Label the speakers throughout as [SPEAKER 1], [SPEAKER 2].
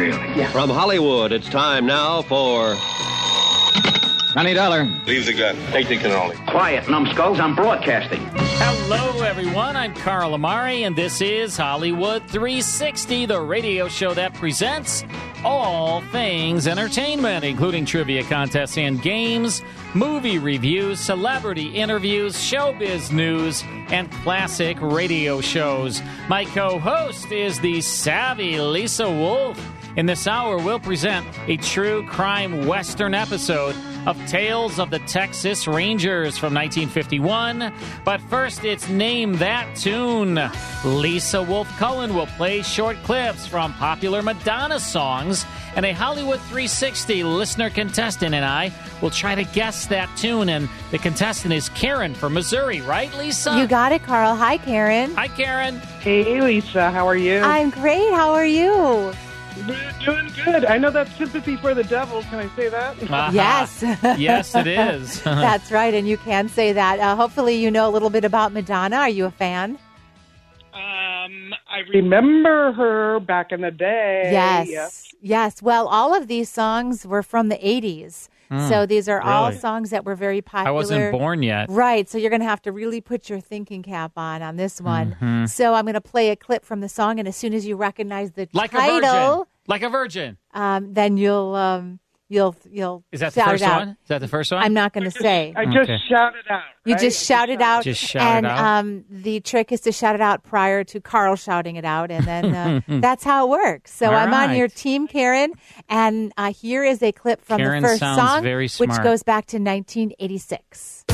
[SPEAKER 1] Really?
[SPEAKER 2] Yeah.
[SPEAKER 3] From Hollywood, it's time now for. Honey Dollar.
[SPEAKER 4] Leave the gun. Take the cannoli.
[SPEAKER 5] Quiet, numbskulls. I'm broadcasting.
[SPEAKER 6] Hello, everyone. I'm Carl Amari, and this is Hollywood 360, the radio show that presents all things entertainment, including trivia contests and games, movie reviews, celebrity interviews, showbiz news, and classic radio shows. My co host is the savvy Lisa Wolf. In this hour, we'll present a true crime western episode of Tales of the Texas Rangers from 1951. But first, it's Name That Tune. Lisa Wolf Cullen will play short clips from popular Madonna songs, and a Hollywood 360 listener contestant and I will try to guess that tune. And the contestant is Karen from Missouri, right, Lisa?
[SPEAKER 7] You got it, Carl. Hi, Karen.
[SPEAKER 6] Hi, Karen.
[SPEAKER 8] Hey, Lisa, how are you?
[SPEAKER 7] I'm great. How are you?
[SPEAKER 8] Doing good. I know that's sympathy for the devil. Can I say that?
[SPEAKER 6] Uh-huh.
[SPEAKER 7] Yes.
[SPEAKER 6] yes, it is.
[SPEAKER 7] That's right, and you can say that. Uh, hopefully, you know a little bit about Madonna. Are you a fan?
[SPEAKER 8] Um, I remember her back in the day.
[SPEAKER 7] yes. Yes. Well, all of these songs were from the 80s. so these are all
[SPEAKER 6] Hmm. really?
[SPEAKER 7] songs that were very popular.
[SPEAKER 6] I wasn't born yet.
[SPEAKER 7] Right. So you're going to have to really put your thinking cap on on this one.
[SPEAKER 6] Mm-hmm.
[SPEAKER 7] So I'm going to play a clip from the song, and as soon as you recognize the
[SPEAKER 6] Like a virgin.
[SPEAKER 7] title,
[SPEAKER 6] Like a virgin.
[SPEAKER 7] um, then you'll um, you'll you'll
[SPEAKER 6] Is that the
[SPEAKER 7] shout
[SPEAKER 6] first
[SPEAKER 7] it out.
[SPEAKER 6] one? Is that the first one?
[SPEAKER 7] I'm not going to say.
[SPEAKER 8] I just
[SPEAKER 6] Okay.
[SPEAKER 8] shouted out.
[SPEAKER 7] You
[SPEAKER 8] right?
[SPEAKER 7] just shout it out.
[SPEAKER 6] Just shout it
[SPEAKER 7] and,
[SPEAKER 6] out.
[SPEAKER 7] Um, the trick is to shout it out prior to Carl shouting it out, and then uh, that's how it works. So
[SPEAKER 6] All
[SPEAKER 7] I'm on your
[SPEAKER 6] right.
[SPEAKER 7] team, Karen, and uh, here is a clip from
[SPEAKER 6] Karen
[SPEAKER 7] the first
[SPEAKER 6] sounds
[SPEAKER 7] song,
[SPEAKER 6] very
[SPEAKER 7] which
[SPEAKER 6] smart.
[SPEAKER 7] goes back to 1986.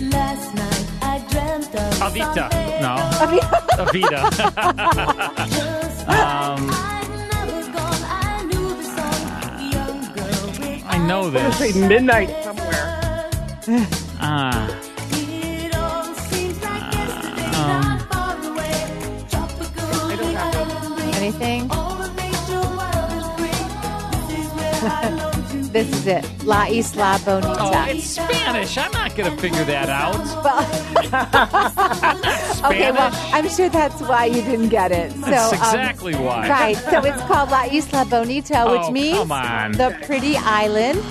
[SPEAKER 9] Last night I dreamt of
[SPEAKER 6] Avita.
[SPEAKER 9] something
[SPEAKER 6] No.
[SPEAKER 7] I mean,
[SPEAKER 6] Avita.
[SPEAKER 9] else.
[SPEAKER 6] Um,
[SPEAKER 9] I never gone. I knew the song. Young girl with
[SPEAKER 6] I know
[SPEAKER 8] I
[SPEAKER 6] this.
[SPEAKER 8] say midnight somewhere.
[SPEAKER 6] Ah.
[SPEAKER 9] It all seems like yesterday,
[SPEAKER 6] Ah.
[SPEAKER 9] not far away. Tropical island.
[SPEAKER 7] anything?
[SPEAKER 9] All the nature wild and free. This is where I long to
[SPEAKER 7] This is it, La Isla Bonita.
[SPEAKER 6] Oh, it's Spanish. I'm not going to figure that out.
[SPEAKER 7] Well,
[SPEAKER 6] Spanish.
[SPEAKER 7] okay, well, I'm sure that's why you didn't get it. So
[SPEAKER 6] That's
[SPEAKER 7] um,
[SPEAKER 6] exactly why.
[SPEAKER 7] Right. So it's called La Isla Bonita, which
[SPEAKER 6] Oh,
[SPEAKER 7] means
[SPEAKER 6] come on.
[SPEAKER 7] the pretty island.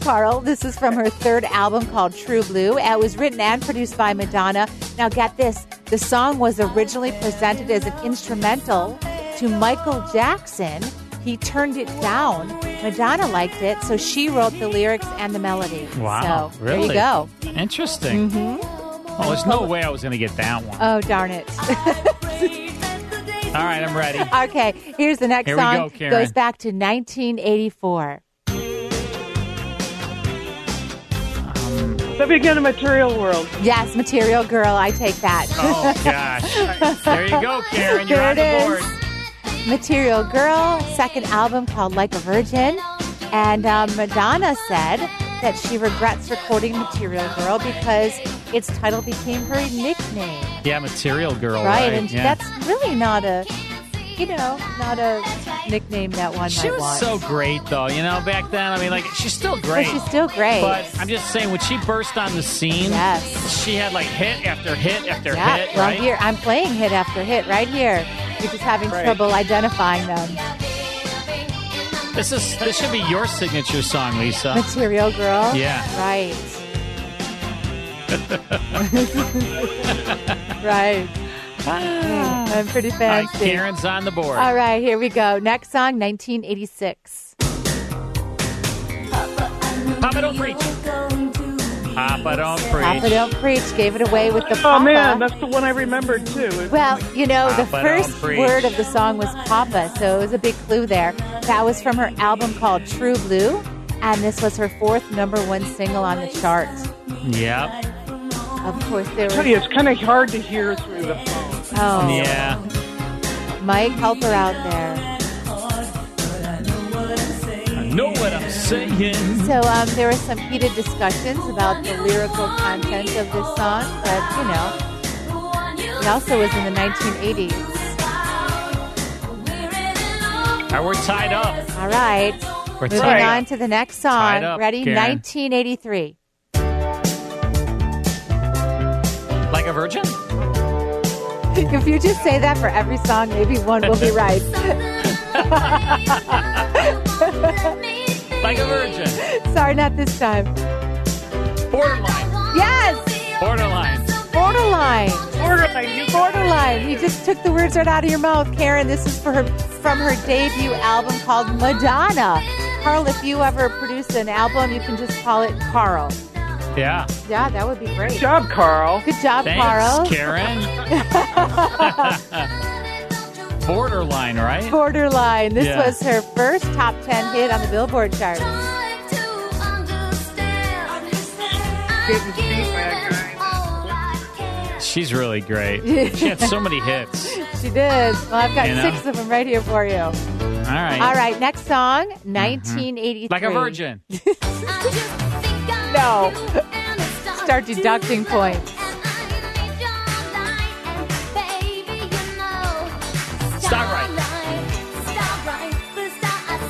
[SPEAKER 7] Carl, this is from her third album called True Blue. Uh, It was written and produced by Madonna. Now, get this the song was originally presented as an instrumental to Michael Jackson. He turned it down. Madonna liked it, so she wrote the lyrics and the melody.
[SPEAKER 6] Wow.
[SPEAKER 7] So
[SPEAKER 6] really?
[SPEAKER 7] there you go. Mm-hmm.
[SPEAKER 6] Interesting. Oh, there's no way I was going to get that one.
[SPEAKER 7] Oh, darn it.
[SPEAKER 6] All right, I'm ready.
[SPEAKER 7] Okay, here's the next
[SPEAKER 6] Here we
[SPEAKER 7] song.
[SPEAKER 6] go, Karen.
[SPEAKER 7] Goes back to 1984.
[SPEAKER 8] The beginning of material world.
[SPEAKER 7] Yes, Material Girl, I take that.
[SPEAKER 6] Oh, gosh. There you go, Karen. You're
[SPEAKER 7] There
[SPEAKER 6] on the
[SPEAKER 7] it
[SPEAKER 6] board.
[SPEAKER 7] is. Material Girl, second album called Like a Virgin. And um, Madonna said that she regrets recording Material Girl because its title became her nickname.
[SPEAKER 6] Yeah, Material Girl. Right.
[SPEAKER 7] right? And
[SPEAKER 6] yeah.
[SPEAKER 7] that's really not a, you know, not a nickname that one
[SPEAKER 6] she
[SPEAKER 7] might
[SPEAKER 6] was
[SPEAKER 7] want.
[SPEAKER 6] so great, though. You know, back then, I mean, like, she's still
[SPEAKER 7] but
[SPEAKER 6] great.
[SPEAKER 7] she's still great.
[SPEAKER 6] But I'm just saying, when she burst on the scene,
[SPEAKER 7] Yes.
[SPEAKER 6] she had like hit after hit after
[SPEAKER 7] yeah,
[SPEAKER 6] hit,
[SPEAKER 7] well,
[SPEAKER 6] right?
[SPEAKER 7] here I'm playing hit after hit right here. You're just having trouble identifying them.
[SPEAKER 6] This is this should be your signature song, Lisa.
[SPEAKER 7] Material Girl.
[SPEAKER 6] Yeah.
[SPEAKER 7] Right. right. I'm pretty
[SPEAKER 6] All right,
[SPEAKER 7] fancy.
[SPEAKER 6] Karen's on the board.
[SPEAKER 7] All right, here we go. Next song, 1986.
[SPEAKER 6] Papa don't preach.
[SPEAKER 9] Going to
[SPEAKER 6] Papa
[SPEAKER 9] be
[SPEAKER 6] Papa Don't Preach.
[SPEAKER 7] Papa Don't Preach gave it away with the
[SPEAKER 8] Oh
[SPEAKER 7] Papa.
[SPEAKER 8] man, that's the one I remembered too.
[SPEAKER 7] Well, you know, the
[SPEAKER 8] Papa don't
[SPEAKER 7] first
[SPEAKER 8] preach.
[SPEAKER 7] word of the song was Papa, so it was a big clue there. That was from her album called True Blue, and this was her fourth number one single on the chart.
[SPEAKER 6] Yep.
[SPEAKER 7] Of course, there
[SPEAKER 8] I tell you,
[SPEAKER 7] was.
[SPEAKER 8] it's kind of hard to hear through the phone.
[SPEAKER 7] Oh,
[SPEAKER 6] Yeah.
[SPEAKER 7] Mike, help her out there.
[SPEAKER 6] I know what I'm saying.
[SPEAKER 7] So um, there were some heated discussions about the lyrical content of this song, but you know, it also was in the 1980s.
[SPEAKER 6] All right, we're tied up.
[SPEAKER 7] All right.
[SPEAKER 6] We're
[SPEAKER 7] Moving
[SPEAKER 6] tied
[SPEAKER 7] on
[SPEAKER 6] up.
[SPEAKER 7] to the next
[SPEAKER 6] Tied
[SPEAKER 7] song.
[SPEAKER 6] up,
[SPEAKER 7] Ready?
[SPEAKER 6] Karen.
[SPEAKER 7] 1983.
[SPEAKER 6] Like a virgin?
[SPEAKER 7] If you just say that for every song, maybe one will be right.
[SPEAKER 6] Like a virgin.
[SPEAKER 7] Sorry, not this time.
[SPEAKER 6] Borderline.
[SPEAKER 7] Yes!
[SPEAKER 6] Borderline.
[SPEAKER 7] Borderline.
[SPEAKER 8] Borderline, you
[SPEAKER 7] Borderline. You just took the words right out of your mouth, Karen. This is for her from her debut album called Madonna. Carl, if you ever produce an album, you can just call it Carl.
[SPEAKER 6] Yeah.
[SPEAKER 7] Yeah, that would be great.
[SPEAKER 8] Good job, Carl.
[SPEAKER 7] Good job,
[SPEAKER 6] Thanks,
[SPEAKER 7] Carl.
[SPEAKER 6] Karen. Borderline, right?
[SPEAKER 7] Borderline. This
[SPEAKER 6] Yeah.
[SPEAKER 7] was her first top 10 hit on the Billboard chart.
[SPEAKER 6] She's really great. She had so many hits.
[SPEAKER 7] She did. Well, I've got
[SPEAKER 6] You know?
[SPEAKER 7] six of them right here for you. All
[SPEAKER 6] All right. Mm-hmm.
[SPEAKER 7] right, next song, 1983.
[SPEAKER 6] Like a virgin.
[SPEAKER 7] No. Start deducting points.
[SPEAKER 6] Star right.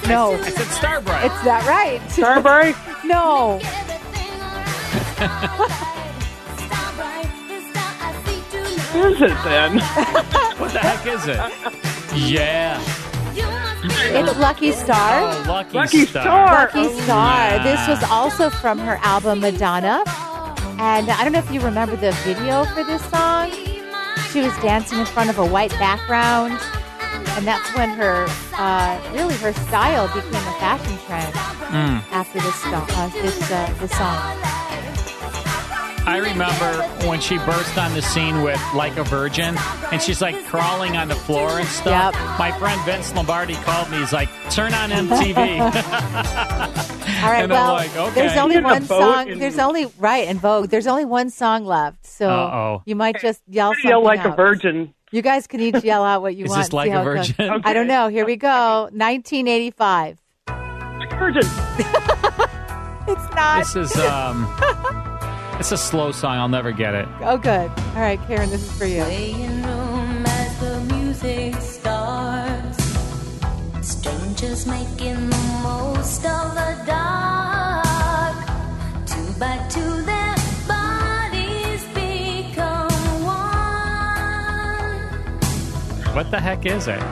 [SPEAKER 7] No,
[SPEAKER 6] I
[SPEAKER 7] it's
[SPEAKER 6] said star bright.
[SPEAKER 7] not right.
[SPEAKER 8] Starbright?
[SPEAKER 7] No.
[SPEAKER 8] What is it then?
[SPEAKER 6] What the heck is it? Yeah.
[SPEAKER 7] It's Lucky Star.
[SPEAKER 6] Oh, lucky,
[SPEAKER 8] Lucky Star. Oh,
[SPEAKER 7] Lucky Star. This was also from her album Madonna. And I don't know if you remember the video for this song. She was dancing in front of a white background. And that's when her, uh, really, her style became a fashion trend
[SPEAKER 6] Mm.
[SPEAKER 7] after this, song, uh, this, uh, this song.
[SPEAKER 6] I remember when she burst on the scene with Like a Virgin, and she's like crawling on the floor and stuff.
[SPEAKER 7] Yep.
[SPEAKER 6] My friend Vince Lombardi called me. He's like, turn on MTV.
[SPEAKER 7] All right,
[SPEAKER 6] And I'm
[SPEAKER 7] well,
[SPEAKER 6] like, okay.
[SPEAKER 7] there's only
[SPEAKER 8] You're in a
[SPEAKER 7] one
[SPEAKER 8] boat
[SPEAKER 7] song.
[SPEAKER 8] and-
[SPEAKER 7] There's only, right, in Vogue, there's only one song left. So
[SPEAKER 6] Uh-oh.
[SPEAKER 7] you might just yell something
[SPEAKER 8] Feel like a
[SPEAKER 7] out.
[SPEAKER 8] virgin.
[SPEAKER 7] You guys can each yell out what you
[SPEAKER 6] Is
[SPEAKER 7] want.
[SPEAKER 6] this
[SPEAKER 7] and see
[SPEAKER 6] like a
[SPEAKER 7] how it goes.
[SPEAKER 6] virgin?
[SPEAKER 7] I don't know. Here we go. 1985.
[SPEAKER 8] Virgin.
[SPEAKER 7] It's not.
[SPEAKER 6] this is um, it's a slow song. I'll never get it.
[SPEAKER 7] Oh, good. All right, Karen, this is for you.
[SPEAKER 9] Playing room as the music starts. Strangers making the most of the dark. Two by two, their bodies become one.
[SPEAKER 6] What the heck is it?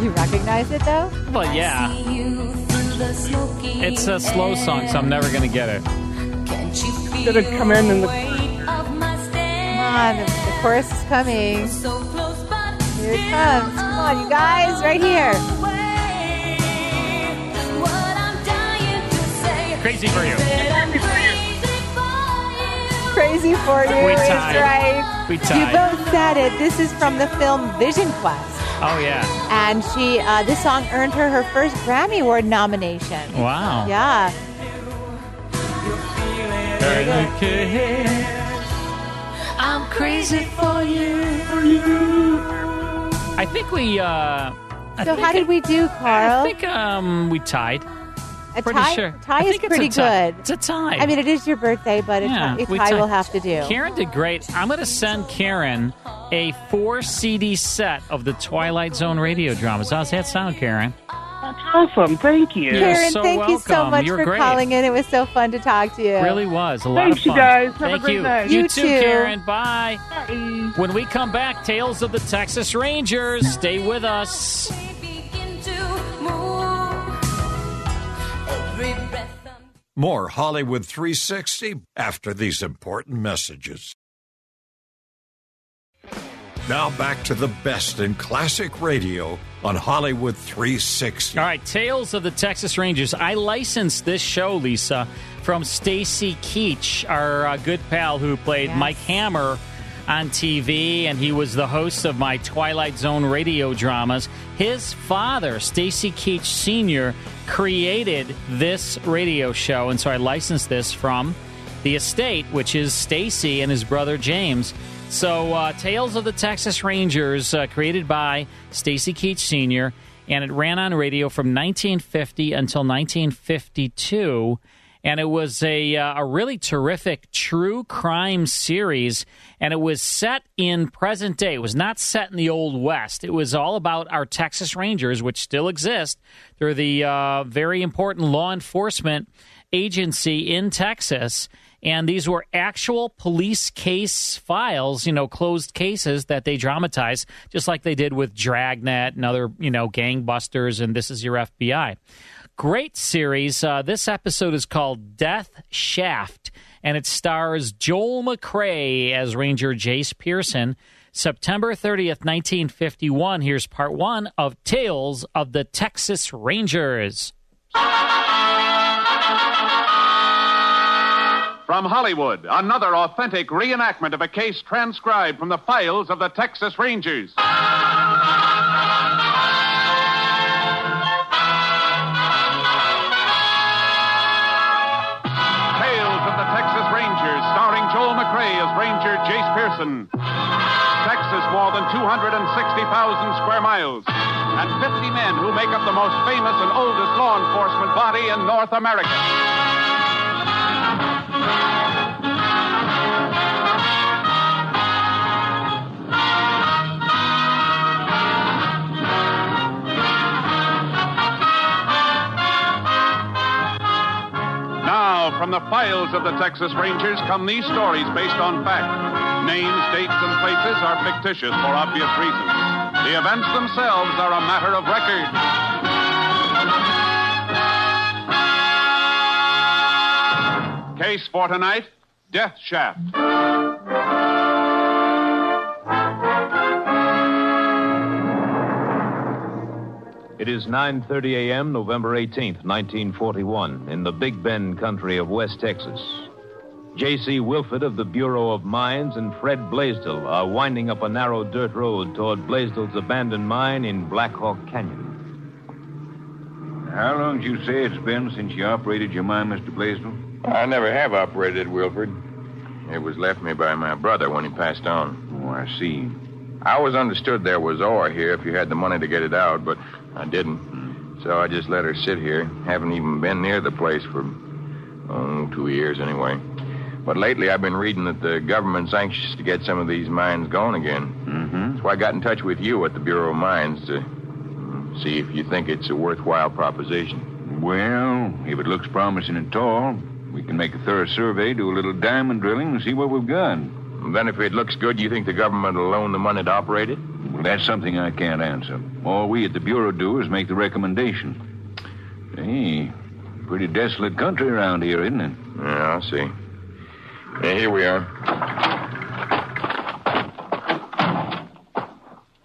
[SPEAKER 7] You recognize it, though?
[SPEAKER 6] Well, yeah,
[SPEAKER 9] See you through the smoky
[SPEAKER 6] it's uh, a slow song, so I'm never gonna get it.
[SPEAKER 9] Can't you feel
[SPEAKER 8] Should have come in in the-
[SPEAKER 9] weight of my stare?
[SPEAKER 7] Come on. The, the chorus is coming.
[SPEAKER 9] So close, but
[SPEAKER 7] Here it comes. Come on, you guys. Right here.
[SPEAKER 6] Crazy for you.
[SPEAKER 7] Crazy for you.
[SPEAKER 6] We
[SPEAKER 7] is
[SPEAKER 6] tied.
[SPEAKER 7] right.
[SPEAKER 6] We
[SPEAKER 7] You
[SPEAKER 6] tied.
[SPEAKER 7] both said it. This is from the film Vision Quest.
[SPEAKER 6] Oh yeah.
[SPEAKER 7] And she, uh, this song earned her her first Grammy Award nomination.
[SPEAKER 6] Wow.
[SPEAKER 7] Yeah.
[SPEAKER 9] I'm crazy for you.
[SPEAKER 6] I think we. uh I
[SPEAKER 7] So
[SPEAKER 6] think-
[SPEAKER 7] how did we do, Carl?
[SPEAKER 6] I think um we tied.
[SPEAKER 7] a
[SPEAKER 6] Pretty
[SPEAKER 7] tie,
[SPEAKER 6] sure. I
[SPEAKER 7] tie is
[SPEAKER 6] think it's a
[SPEAKER 7] pretty
[SPEAKER 6] tie.
[SPEAKER 7] good.
[SPEAKER 6] It's a tie.
[SPEAKER 7] I mean, it is your birthday, but a
[SPEAKER 6] Yeah,
[SPEAKER 7] ti- a
[SPEAKER 6] we
[SPEAKER 7] tie
[SPEAKER 6] tie.
[SPEAKER 7] will have to do.
[SPEAKER 6] Karen did great. I'm going to send Karen a four CD set of the Twilight Zone radio dramas. How's that sound, Karen?
[SPEAKER 8] That's awesome. Thank you.
[SPEAKER 6] You're
[SPEAKER 7] Karen,
[SPEAKER 6] so
[SPEAKER 7] thank you so
[SPEAKER 6] welcome.
[SPEAKER 7] much
[SPEAKER 6] You're
[SPEAKER 7] for
[SPEAKER 6] great.
[SPEAKER 7] calling in. It was so fun to talk to you.
[SPEAKER 6] Really was a lot
[SPEAKER 8] Thanks,
[SPEAKER 6] of
[SPEAKER 8] you
[SPEAKER 6] fun.
[SPEAKER 8] guys. Have a
[SPEAKER 6] Thank
[SPEAKER 8] great
[SPEAKER 6] you.
[SPEAKER 8] night.
[SPEAKER 6] You,
[SPEAKER 7] You
[SPEAKER 6] too,
[SPEAKER 7] too.
[SPEAKER 6] Karen. Bye. When we come back, tales of the Texas Rangers. Stay with us.
[SPEAKER 10] More Hollywood 360 after these important messages. Now back to the best in classic radio on Hollywood 360.
[SPEAKER 6] All right, Tales of the Texas Rangers. I licensed this show, Lisa, from Stacy Keach, our uh, good pal who played Mike Hammer on TV, and he was the host of my Twilight Zone radio dramas. His father, Stacy Keach Sr., created this radio show, and so I licensed this from the estate, which is Stacy and his brother James. So, uh, Tales of the Texas Rangers, uh, created by Stacy Keach Sr., and it ran on radio from 1950 until 1952 and it was a uh, a really terrific true crime series and it was set in present day it was not set in the old west it was all about our texas rangers which still exist they're the uh, very important law enforcement agency in texas and these were actual police case files, you know, closed cases that they dramatized, just like they did with Dragnet and other, you know, gangbusters and This Is Your FBI. Great series. Uh, this episode is called Death Shaft, and it stars Joel McRae as Ranger Jace Pearson. September 30th, 1951. Here's part one of Tales of the Texas Rangers.
[SPEAKER 11] From Hollywood, another authentic reenactment of a case transcribed from the files of the Texas Rangers. Tales of the Texas Rangers, starring Joel McRae as Ranger Jace Pearson. Texas, more than 260,000 square miles, and 50 men who make up the most famous and oldest law enforcement body in North America. Now, from the files of the Texas Rangers come these stories based on fact. Names, dates, and places are fictitious for obvious reasons. The events themselves are a matter of record. Case for tonight Death Shaft.
[SPEAKER 12] It is 9:30 a.m., November 18th, 1941, in the Big Bend country of West Texas. J.C. Wilford of the Bureau of Mines and Fred Blaisdell are winding up a narrow dirt road toward Blaisdell's abandoned mine in Black Hawk Canyon.
[SPEAKER 13] How long did you say it's been since you operated your mine, Mr. Blaisdell?
[SPEAKER 4] I never have operated, Wilford.
[SPEAKER 13] It was left me by my brother when he passed on. Oh, I see. I always understood there was ore here if you had the money to get it out, but I didn't. So I just let her sit here. Haven't even been near the place for, oh, two years anyway. But lately I've been reading that the government's anxious to get some of these mines going again. Mm-hmm. So I got in touch with you at the Bureau of Mines to see if you think it's a worthwhile proposition. Well, if it looks promising at all, we can make a thorough survey, do a little diamond drilling, and see what we've got. Then if it looks good, you think the government will loan the money to operate it? Well, that's something I can't answer. All we at the Bureau do is make the recommendation. Hey, pretty desolate country around here, isn't it? Yeah, I see. Yeah, here we are.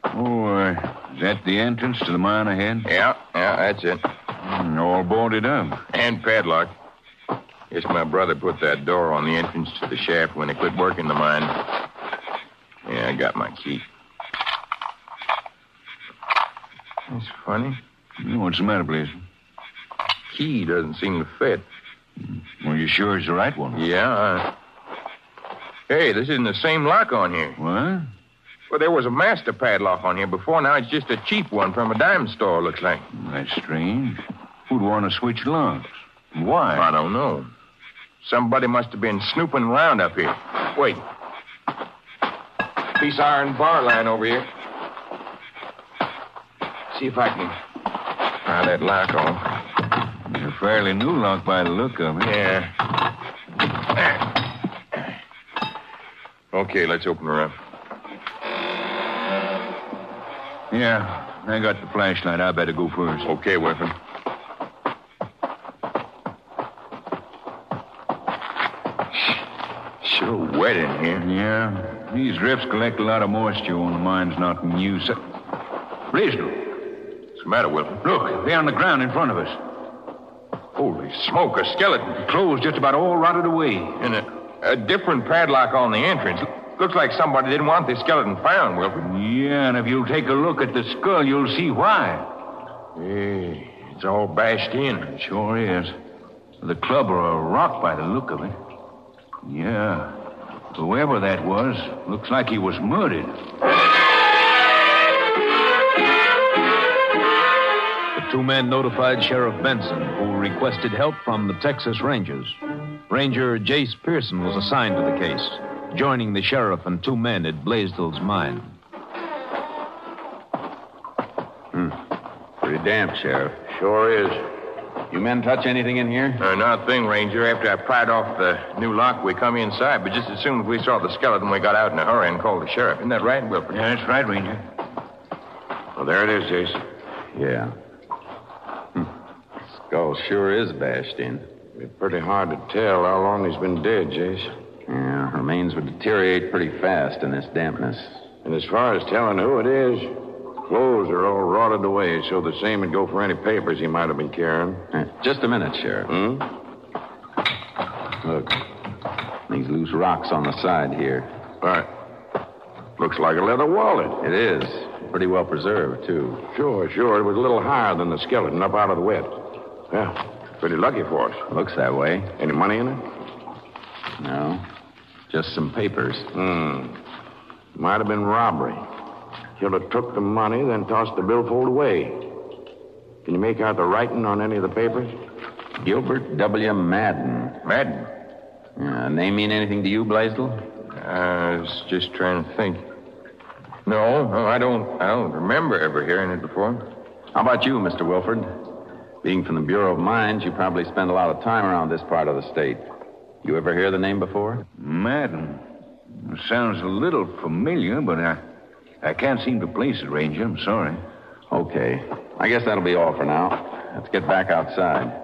[SPEAKER 13] Oh, uh, is that the entrance to the mine ahead? Yeah, yeah, that's it. Hmm, all boarded up. And padlock. Guess my brother put that door on the entrance to the shaft when he quit working the mine. Yeah, I got my key. That's funny. what's the matter, Blaze? Key doesn't seem to fit. Hmm, Well, you sure it's the right one? Yeah. I- Hey, this isn't the same lock on here. What? Well, there was a master padlock on here before. Now it's just a cheap one from a dime store, looks like. That's strange. Who'd want to switch locks? Why? I don't know. Somebody must have been snooping around up here. Wait. Piece of iron bar line over here. See if I can pry that lock off. It's a fairly new lock by the look of it. Yeah. Okay, let's open her up. Yeah, I got the flashlight. I better go first. Okay, Whiffen. Sure wet in here. Yeah. These drifts collect a lot of moisture when the mine's not in use. Blaisdell, What's the matter, Wilford? look. They're on the ground in front of us. Holy smoke, a skeleton. Clothes just about all rotted away. And a, a different padlock on the entrance. Looks like somebody didn't want the skeleton found, Wilfred.
[SPEAKER 14] Yeah, and if you'll take a look at the skull, you'll see why.
[SPEAKER 13] Hey, it's all bashed in.
[SPEAKER 14] Sure is. The club or a rock by the look of it. Yeah. Whoever that was, looks like he was murdered.
[SPEAKER 12] The two men notified Sheriff Benson, who requested help from the Texas Rangers. Ranger Jace Pearson was assigned to the case, joining the sheriff and two men at Blaisdell's mine.
[SPEAKER 13] Hmm. Pretty damp, Sheriff. Sure is. You men touch anything in here? Uh, not a thing, Ranger. After I pried off the new lock, we come inside, but just as soon as we saw the skeleton, we got out in a hurry and called the sheriff. Isn't that right, Wilfred? Yeah, that's right, Ranger. Well, there it is, Jason.
[SPEAKER 15] Yeah. Hmm. Skull sure is bashed in. It's pretty hard to tell how long he's been dead, Jace. Yeah, remains would deteriorate pretty fast in this dampness.
[SPEAKER 13] And as far as telling who it is, clothes are all rotted away, so the same would go for any papers he might have been carrying.
[SPEAKER 15] Uh, Just a minute, Sheriff.
[SPEAKER 13] Hmm?
[SPEAKER 15] Look, these loose rocks on the side here.
[SPEAKER 13] Right. Looks like a leather wallet.
[SPEAKER 15] It is. Pretty well preserved, too.
[SPEAKER 13] Sure, sure. It was a little higher than the skeleton up out of the wet. Yeah, pretty lucky for us.
[SPEAKER 15] Looks that way.
[SPEAKER 13] Any money in it?
[SPEAKER 15] No. Just some papers.
[SPEAKER 13] Hmm. Might have been robbery. He'll have took the money, then tossed the billfold away. Can you make out the writing on any of the papers?
[SPEAKER 15] Gilbert W. Madden.
[SPEAKER 13] Madden?
[SPEAKER 15] Yeah, name mean anything to you, Blaisdell?
[SPEAKER 13] I was just trying to think. No, no, I don't. I don't remember ever hearing it before.
[SPEAKER 15] How about you, Mr. Wilford? Being from the Bureau of Mines, you probably spend a lot of time around this part of the state. You ever hear the name before?
[SPEAKER 14] Madden. Sounds a little familiar, but I, I can't seem to place it, Ranger. I'm sorry.
[SPEAKER 15] Okay. I guess that'll be all for now. Let's get back outside.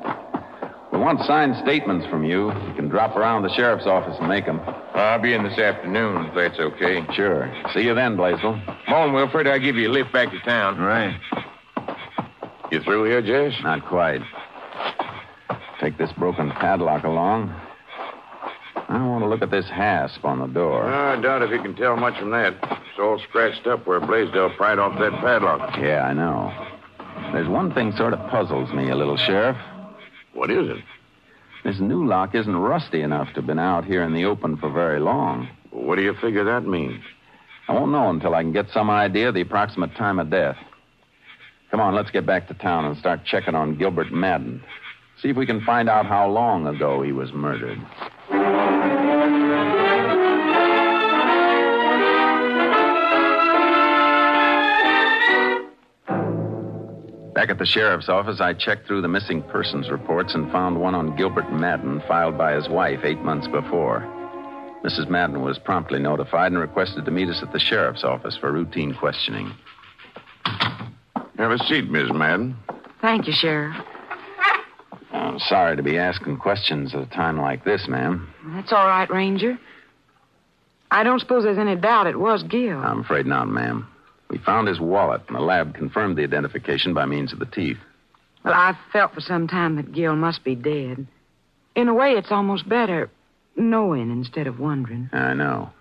[SPEAKER 15] We want signed statements from you. You can drop around the sheriff's office and make them.
[SPEAKER 13] I'll be in this afternoon, if that's okay.
[SPEAKER 15] Sure. See you then, Blaisdell.
[SPEAKER 13] Come on, Wilfred. I'll give you a lift back to town. Right. You through here, Jess?
[SPEAKER 15] Not quite. Take this broken padlock along. I want to look at this hasp on the door.
[SPEAKER 13] I doubt if you can tell much from that. It's all scratched up where Blaisdell pried off that padlock.
[SPEAKER 15] Yeah, I know. There's one thing sort of puzzles me a little, Sheriff.
[SPEAKER 13] What is it?
[SPEAKER 15] This new lock isn't rusty enough to have been out here in the open for very long.
[SPEAKER 13] What do you figure that means?
[SPEAKER 15] I won't know until I can get some idea of the approximate time of death. Come on, let's get back to town and start checking on Gilbert Madden. See if we can find out how long ago he was murdered. Back at the sheriff's office, I checked through the missing persons reports and found one on Gilbert Madden filed by his wife eight months before. Mrs. Madden was promptly notified and requested to meet us at the sheriff's office for routine questioning.
[SPEAKER 13] Have a seat, Miss Madden.
[SPEAKER 16] Thank you, Sheriff.
[SPEAKER 15] I'm sorry to be asking questions at a time like this, ma'am.
[SPEAKER 16] That's all right, Ranger. I don't suppose there's any doubt it was Gil.
[SPEAKER 15] I'm afraid not, ma'am. We found his wallet, and the lab confirmed the identification by means of the teeth.
[SPEAKER 16] Well, I've felt for some time that Gil must be dead. In a way, it's almost better knowing instead of wondering.
[SPEAKER 15] I know.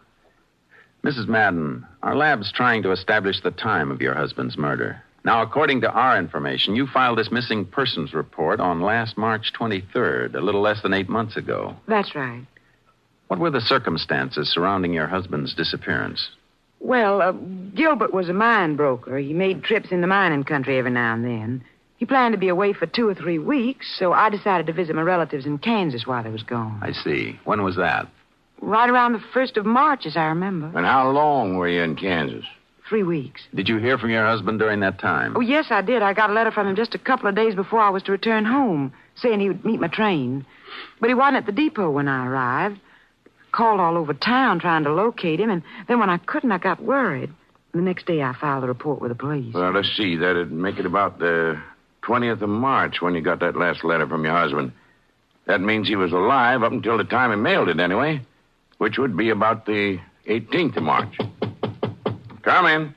[SPEAKER 15] Mrs. Madden, our lab's trying to establish the time of your husband's murder. Now, according to our information, you filed this missing persons report on last March 23rd, a little less than eight months ago.
[SPEAKER 16] That's right.
[SPEAKER 15] What were the circumstances surrounding your husband's disappearance?
[SPEAKER 16] Well, uh, Gilbert was a mine broker. He made trips in the mining country every now and then. He planned to be away for two or three weeks, so I decided to visit my relatives in Kansas while he was gone.
[SPEAKER 15] I see. When was that?
[SPEAKER 16] Right around the 1st of March, as I remember.
[SPEAKER 13] And how long were you in Kansas?
[SPEAKER 16] Three weeks.
[SPEAKER 15] Did you hear from your husband during that time?
[SPEAKER 16] Oh, yes, I did. I got a letter from him just a couple of days before I was to return home, saying he would meet my train. But he wasn't at the depot when I arrived. Called all over town trying to locate him, and then when I couldn't, I got worried. The next day, I filed a report with the police.
[SPEAKER 13] Well, let's see. That'd make it about the 20th of March when you got that last letter from your husband. That means he was alive up until the time he mailed it, anyway, which would be about the 18th of March. Come in.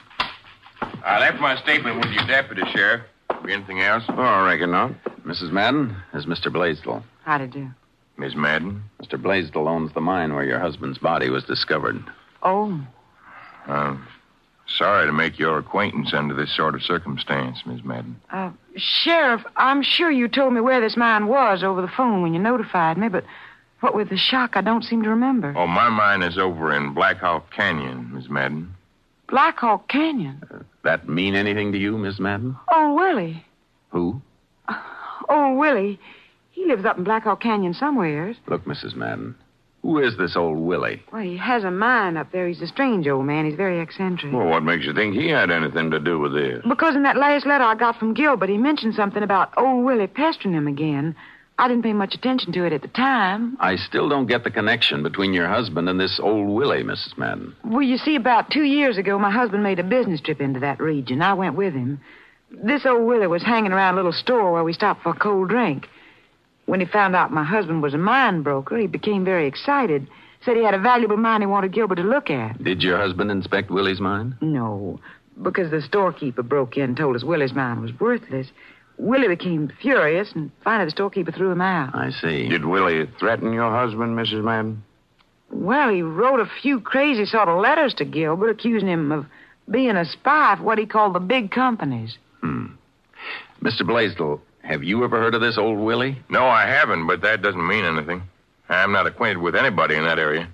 [SPEAKER 13] I left my statement with your deputy, Sheriff. Anything else? Oh, I reckon not.
[SPEAKER 15] Mrs. Madden is Mr. Blaisdell.
[SPEAKER 16] How to do?
[SPEAKER 15] Miss Madden? Mr. Blaisdell owns the mine where your husband's body was discovered.
[SPEAKER 16] Oh,
[SPEAKER 15] Uh.
[SPEAKER 13] I'm sorry to make your acquaintance under this sort of circumstance, Miss Madden.
[SPEAKER 16] uh, Sheriff, I'm sure you told me where this mine was over the phone when you notified me, but what with the shock, I don't seem to remember.
[SPEAKER 13] Oh, my mine is over in Black Hawk Canyon, Miss Madden.
[SPEAKER 16] Black Hawk Canyon.
[SPEAKER 15] That mean anything to you, Miss Madden?
[SPEAKER 16] Oh, Willie.
[SPEAKER 15] Who?
[SPEAKER 16] Oh, Willie. He lives up in Black Hawk Canyon somewheres.
[SPEAKER 15] Look, Mrs. Madden, who is this old Willie?
[SPEAKER 16] Well, he has a mine up there. He's a strange old man. He's very eccentric.
[SPEAKER 13] Well, what makes you think he had anything to do with this?
[SPEAKER 16] Because in that last letter I got from Gilbert, he mentioned something about old Willie pestering him again. I didn't pay much attention to it at the time.
[SPEAKER 15] I still don't get the connection between your husband and this old Willie, Mrs. Madden.
[SPEAKER 16] Well, you see, about two years ago, my husband made a business trip into that region. I went with him. This old Willie was hanging around a little store where we stopped for a cold drink. When he found out my husband was a mine broker, he became very excited. Said he had a valuable mine he wanted Gilbert to look at.
[SPEAKER 15] Did your husband inspect Willie's mine?
[SPEAKER 16] No, because the storekeeper broke in and told us Willie's mine was worthless. Willie became furious, and finally the storekeeper threw him out.
[SPEAKER 15] I see.
[SPEAKER 13] Did Willie threaten your husband, Mrs. Madden?
[SPEAKER 16] Well, he wrote a few crazy sort of letters to Gilbert accusing him of being a spy for what he called the big companies.
[SPEAKER 15] Mr. Blaisdell, have you ever heard of this old Willie?
[SPEAKER 13] No, I haven't, but that doesn't mean anything. I'm not acquainted with anybody in that area.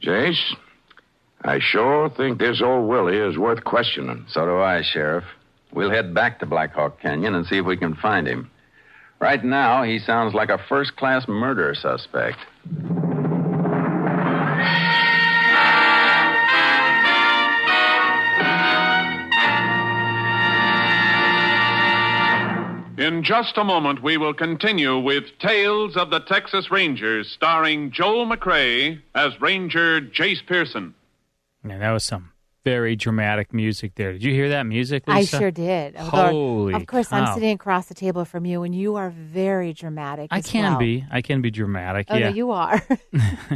[SPEAKER 17] Jace, I sure think this old Willie is worth questioning.
[SPEAKER 15] So do I, Sheriff. We'll head back to Black Hawk Canyon and see if we can find him. Right now, he sounds like a first class murder suspect.
[SPEAKER 11] In just a moment, we will continue with Tales of the Texas Rangers, starring Joel McRae as Ranger Jace Pearson.
[SPEAKER 6] Yeah, that was some very dramatic music there. Did you hear that music,
[SPEAKER 7] I
[SPEAKER 6] Lisa?
[SPEAKER 7] sure did. Although,
[SPEAKER 6] Holy
[SPEAKER 7] of course,
[SPEAKER 6] cow.
[SPEAKER 7] I'm sitting across the table from you, and you are very dramatic.
[SPEAKER 6] I
[SPEAKER 7] as
[SPEAKER 6] can
[SPEAKER 7] well.
[SPEAKER 6] be. I can be dramatic.
[SPEAKER 7] Oh
[SPEAKER 6] yeah.
[SPEAKER 7] no, you are.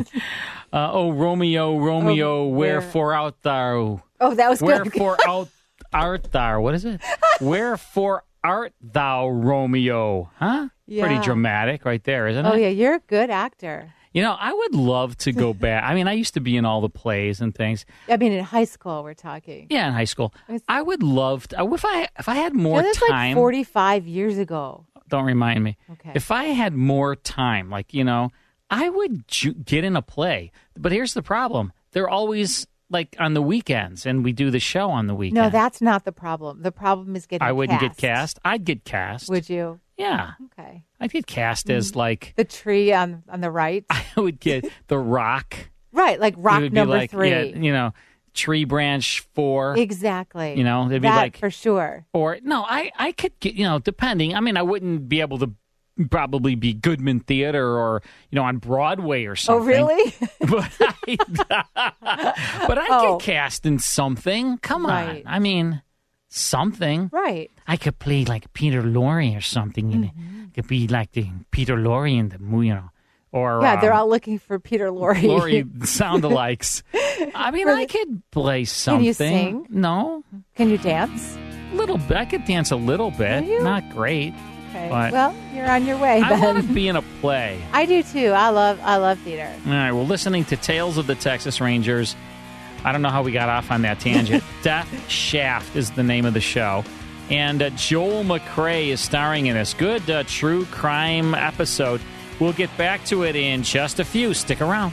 [SPEAKER 6] uh, oh, Romeo, Romeo,
[SPEAKER 7] Oh, where-
[SPEAKER 6] wherefore out thou?
[SPEAKER 7] Oh, that was good.
[SPEAKER 6] Wherefore out art thou? What is it? wherefore art thou, Romeo? Huh? Pretty
[SPEAKER 7] Yeah.
[SPEAKER 6] dramatic, right there, isn't
[SPEAKER 7] oh
[SPEAKER 6] it?
[SPEAKER 7] yeah, you're a good actor.
[SPEAKER 6] You know, I would love to go back. I mean, I used to be in all the plays and things.
[SPEAKER 7] I mean, in high school, we're talking.
[SPEAKER 6] Yeah, in high school, I would love to. If I if I had more
[SPEAKER 7] no, that's
[SPEAKER 6] time,
[SPEAKER 7] like 45 years ago.
[SPEAKER 6] don't remind me. If I had more time, like, you know, I would ju- get in a play. But here's the problem they're always like on the weekends, and we do the show on the weekend.
[SPEAKER 7] No, that's not the problem. The problem is getting.
[SPEAKER 6] I wouldn't
[SPEAKER 7] cast.
[SPEAKER 6] get cast. I'd get cast.
[SPEAKER 7] Would Mm-hmm. you?
[SPEAKER 6] Yeah.
[SPEAKER 7] Okay.
[SPEAKER 6] I'd get cast as like,
[SPEAKER 7] The tree on on the right.
[SPEAKER 6] I would get The Rock.
[SPEAKER 7] right, like
[SPEAKER 6] It
[SPEAKER 7] rock
[SPEAKER 6] would be
[SPEAKER 7] number
[SPEAKER 6] like,
[SPEAKER 7] three.
[SPEAKER 6] yeah, you know, Tree Branch 4.
[SPEAKER 7] exactly.
[SPEAKER 6] You know, they'd be
[SPEAKER 7] That
[SPEAKER 6] like- "Oh,
[SPEAKER 7] for sure. Oh,
[SPEAKER 6] Or no, I I could get you know depending. I mean, I wouldn't be able to probably be Goodman Theater or you know on Broadway or
[SPEAKER 7] Oh,
[SPEAKER 6] something.
[SPEAKER 7] really?
[SPEAKER 6] But I get cast in something. Come
[SPEAKER 7] Oh. Right.
[SPEAKER 6] on, I mean something.
[SPEAKER 7] Right. Mm-hmm.
[SPEAKER 6] I could play like Peter Lorre or something. In it. Could be like the Peter Lorre in the movie, you know, or
[SPEAKER 7] yeah, they're
[SPEAKER 6] um,
[SPEAKER 7] all looking for Peter Lorre.
[SPEAKER 6] Lorre soundalikes. I mean, I could play something.
[SPEAKER 7] Can you sing?
[SPEAKER 6] No.
[SPEAKER 7] Can you dance?
[SPEAKER 6] little bit. I could dance a little bit. Not great.
[SPEAKER 7] Okay.
[SPEAKER 6] But
[SPEAKER 7] well, you're on your way.
[SPEAKER 6] I
[SPEAKER 7] Then.
[SPEAKER 6] want to be in a play.
[SPEAKER 7] I do too. I love I love theater.
[SPEAKER 6] All right. Well, listening to Tales of the Texas Rangers. I don't know how we got off on that tangent. Death Shaft is the name of the show. And uh, Joel McRae is starring in this good uh, true crime episode. We'll get back to it in just a few. Stick around.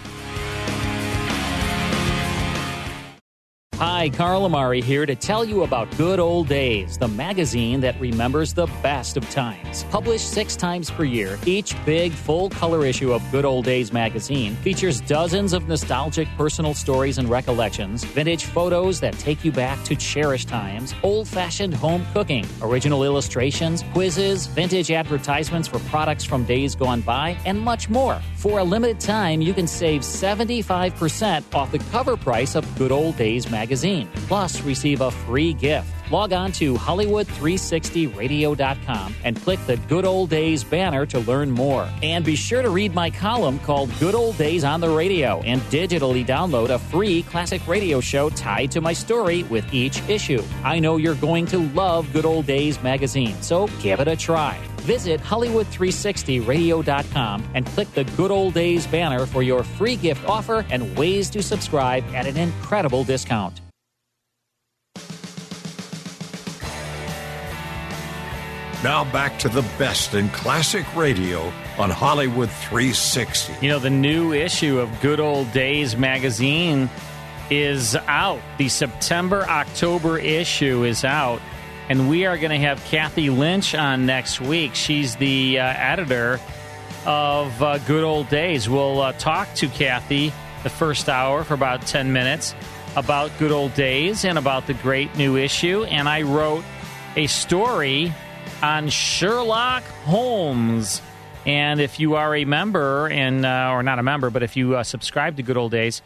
[SPEAKER 6] Hi, Carl Amari here to tell you about Good Old Days, the magazine that remembers the best of times. Published six times per year, each big full color issue of Good Old Days magazine features dozens of nostalgic personal stories and recollections, vintage photos that take you back to cherished times, old fashioned home cooking, original illustrations, quizzes, vintage advertisements for products from days gone by, and much more. For a limited time, you can save 75% off the cover price of Good Old Days magazine. Plus, receive a free gift. Log on to Hollywood360radio.com and click the Good Old Days banner to learn more. And be sure to read my column called Good Old Days on the Radio and digitally download a free classic radio show tied to my story with each issue. I know you're going to love Good Old Days magazine, so give it a try. Visit Hollywood360radio.com and click the Good Old Days banner for your free gift offer and ways to subscribe at an incredible discount.
[SPEAKER 10] Now back to the best in classic radio on Hollywood 360.
[SPEAKER 6] You know, the new issue of Good Old Days magazine is out. The September October issue is out. And we are going to have Kathy Lynch on next week. She's the uh, editor of uh, Good Old Days. We'll uh, talk to Kathy the first hour for about 10 minutes about Good Old Days and about the great new issue. And I wrote a story on Sherlock Holmes. And if you are a member, and uh, or not a member, but if you uh, subscribe to Good Old Days,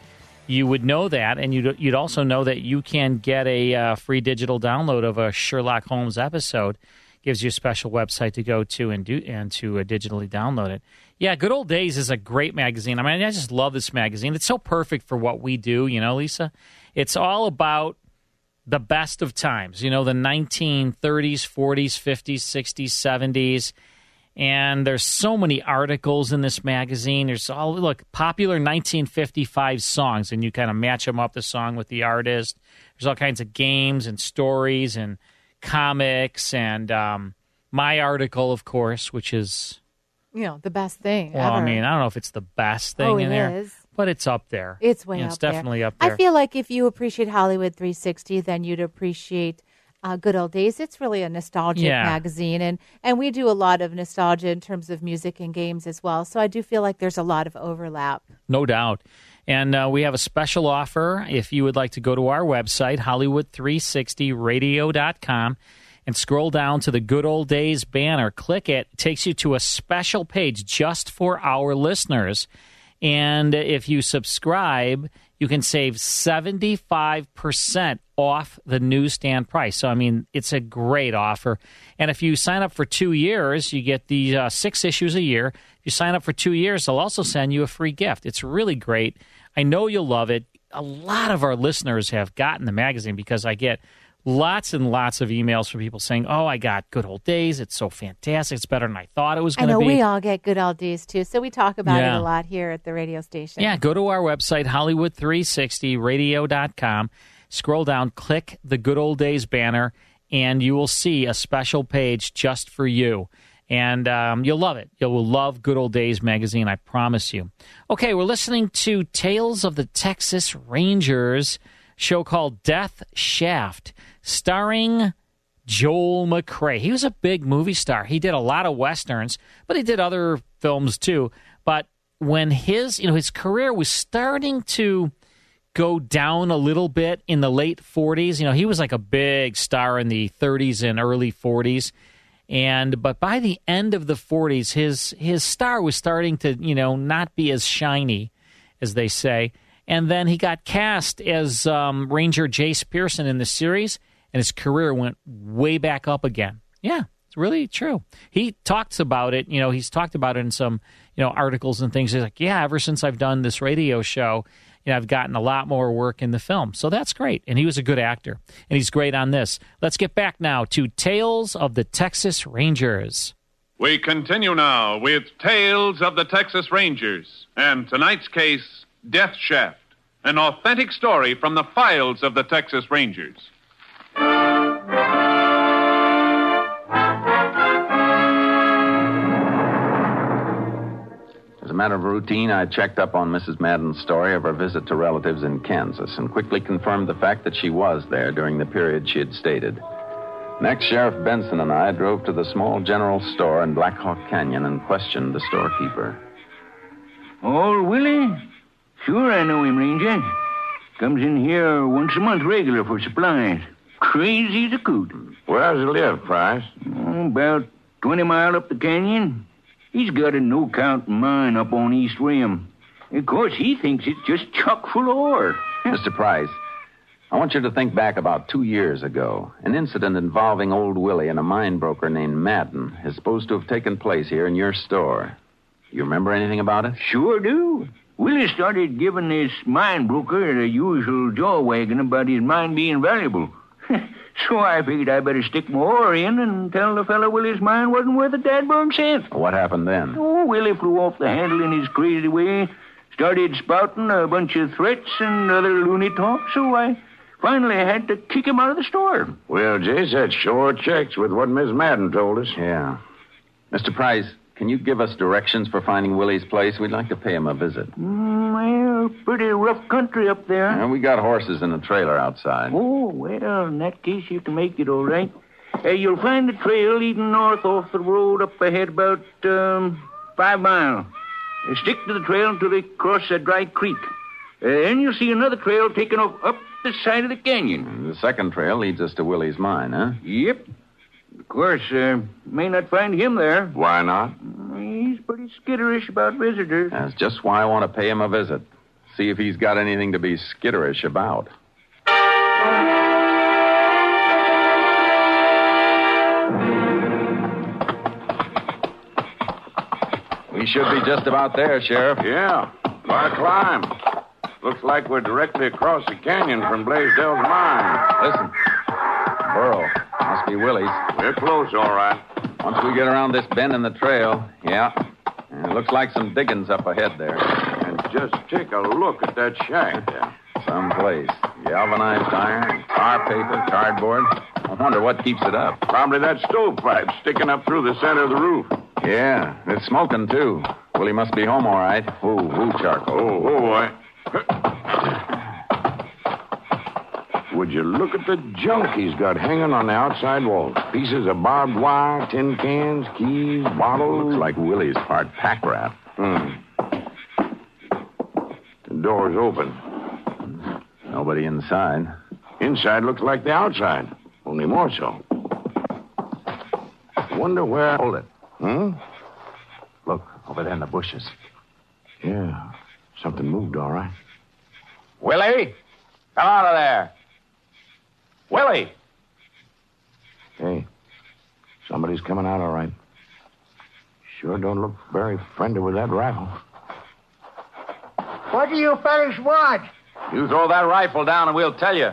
[SPEAKER 6] you would know that, and you'd, you'd also know that you can get a uh, free digital download of a Sherlock Holmes episode. Gives you a special website to go to and do and to uh, digitally download it. Yeah, Good Old Days is a great magazine. I mean, I just love this magazine. It's so perfect for what we do, you know, Lisa. It's all about the best of times, you know, the 1930s, 40s, 50s, 60s, 70s. And there's so many articles in this magazine. There's all, look, popular 1955 songs, and you kind of match them up the song with the artist. There's all kinds of games and stories and comics and um, my article, of course, which is,
[SPEAKER 7] You know, the best thing.
[SPEAKER 6] well, I
[SPEAKER 7] ever.
[SPEAKER 6] mean, I don't know if it's the best thing
[SPEAKER 7] Oh,
[SPEAKER 6] in
[SPEAKER 7] it
[SPEAKER 6] there,
[SPEAKER 7] is.
[SPEAKER 6] but it's up there.
[SPEAKER 7] It's way
[SPEAKER 6] You know,
[SPEAKER 7] up
[SPEAKER 6] It's definitely
[SPEAKER 7] there.
[SPEAKER 6] up there.
[SPEAKER 7] I feel like if you appreciate Hollywood 360, then you'd appreciate uh, Good Old Days. It's really a nostalgic
[SPEAKER 6] Yeah.
[SPEAKER 7] magazine, and and we do a lot of nostalgia in terms of music and games as well. So I do feel like there's a lot of overlap.
[SPEAKER 6] No doubt. And uh, we have a special offer if you would like to go to our website, Hollywood360radio.com, and scroll down to the Good Old Days banner. Click it, it takes you to a special page just for our listeners. And if you subscribe, you can save 75% off the newsstand price. So, I mean, it's a great offer. And if you sign up for two years, you get the uh, six issues a year. If you sign up for two years, they'll also send you a free gift. It's really great. I know you'll love it. A lot of our listeners have gotten the magazine because I get lots and lots of emails from people saying, Oh, I got good old days. It's so fantastic. It's better than I thought it was
[SPEAKER 7] I
[SPEAKER 6] going to
[SPEAKER 7] know
[SPEAKER 6] be.
[SPEAKER 7] we all get Good Old Days too, so we talk about
[SPEAKER 6] Yeah.
[SPEAKER 7] it a lot here at the radio station.
[SPEAKER 6] Yeah, go to our website, Hollywood360radio.com. Scroll down, click the Good Old Days banner, and you will see a special page just for you. And um, you'll love it. You'll love Good Old Days magazine, I promise you. Okay, we're listening to Tales of the Texas Rangers show called Death Shaft, starring Joel McRae. He was a big movie star. He did a lot of westerns, but he did other films too. But when his, you know, his career was starting to go down a little bit in the late 40s, you know, he was like a big star in the 30s and early 40s. And but by the end of the 40s, his his star was starting to, you know, not be as shiny as they say. And then he got cast as um, Ranger Jace Pearson in the series, and his career went way back up again. Yeah, it's really true. He talks about it. You know, he's talked about it in some you know articles and things. He's like, yeah, ever since I've done this radio show, you know, I've gotten a lot more work in the film. So that's great. And he was a good actor, and he's great on this. Let's get back now to Tales of the Texas Rangers.
[SPEAKER 11] We continue now with Tales of the Texas Rangers and tonight's case, Death Shaft, an authentic story from the files of the Texas Rangers.
[SPEAKER 15] As a matter of routine, I checked up on Mrs. Madden's story of her visit to relatives in Kansas and quickly confirmed the fact that she was there during the period she had stated. Next, Sheriff Benson and I drove to the small general store in Black Hawk Canyon and questioned the storekeeper.
[SPEAKER 14] Old Willie? Sure, I know him, Ranger. Comes in here once a month regular for supplies. Crazy as a coot.
[SPEAKER 17] Where does he live, Price?
[SPEAKER 14] Oh, about 20 mile up the canyon. He's got a no-count mine up on East Rim. Of course, he thinks it's just chock full of ore.
[SPEAKER 15] Mr. Price, I want you to think back about two years ago. An incident involving old Willie and a mine broker named Madden is supposed to have taken place here in your store. You remember anything about it?
[SPEAKER 14] Sure do. Willie started giving this mine broker the usual jaw wagon about his mine being valuable. So I figured I better stick my oar in and tell the fellow Willie's mine wasn't worth a dadburn cent.
[SPEAKER 15] What happened then?
[SPEAKER 14] Oh, Willie flew off the handle in his crazy way, started spouting a bunch of threats and other loony talk, so I finally had to kick him out of the store.
[SPEAKER 17] Well, Jace, that sure checks with what Miss Madden told us.
[SPEAKER 15] Yeah. Mr. Price, can you give us directions for finding Willie's place? We'd like to pay him a visit.
[SPEAKER 14] Mm, well, pretty rough country up there.
[SPEAKER 15] And we got horses in a trailer outside.
[SPEAKER 14] Oh, well, in that case, you can make it all right. Uh, you'll find the trail leading north off the road up ahead about um, five mile. Uh, stick to the trail until they cross a dry creek. Uh, then you'll see another trail taking off up the side of the canyon.
[SPEAKER 15] The second trail leads us to Willie's mine, huh?
[SPEAKER 14] Yep. Of course, uh, may not find him there.
[SPEAKER 17] Why not?
[SPEAKER 14] He's pretty skitterish about visitors.
[SPEAKER 15] That's just why I want to pay him a visit. See if he's got anything to be skitterish about. We should be just about there, Sheriff.
[SPEAKER 17] Yeah. Why climb? Looks like we're directly across the canyon from Blaisdell's mine.
[SPEAKER 15] Listen. Burl. Must be Willie's.
[SPEAKER 17] We're close, all right.
[SPEAKER 15] Once we get around this bend in the trail, yeah. And It looks like some diggings up ahead there.
[SPEAKER 17] And just take a look at that shack there.
[SPEAKER 15] Someplace. Galvanized iron, tar paper, cardboard. I wonder what keeps it up.
[SPEAKER 17] Probably that stovepipe sticking up through the center of the roof.
[SPEAKER 15] Yeah, it's smoking, too. Willie must be home all right. Ooh, ooh, charcoal.
[SPEAKER 17] Oh, oh boy. Would you look at the junk he's got hanging on the outside walls? Pieces of barbed wire, tin cans, keys, bottles.
[SPEAKER 15] Looks like Willie's part pack rat.
[SPEAKER 17] Hmm. The door's open.
[SPEAKER 15] Nobody inside.
[SPEAKER 17] Inside looks like the outside, only more so. Wonder where.
[SPEAKER 15] Hold it.
[SPEAKER 17] Hmm?
[SPEAKER 15] Look, over there in the bushes.
[SPEAKER 17] Yeah, something moved, all right.
[SPEAKER 15] Willie! Come out of there! Willie!
[SPEAKER 17] Hey, somebody's coming out all right. Sure don't look very friendly with that rifle.
[SPEAKER 18] What do you fellas want?
[SPEAKER 15] You throw that rifle down and we'll tell you.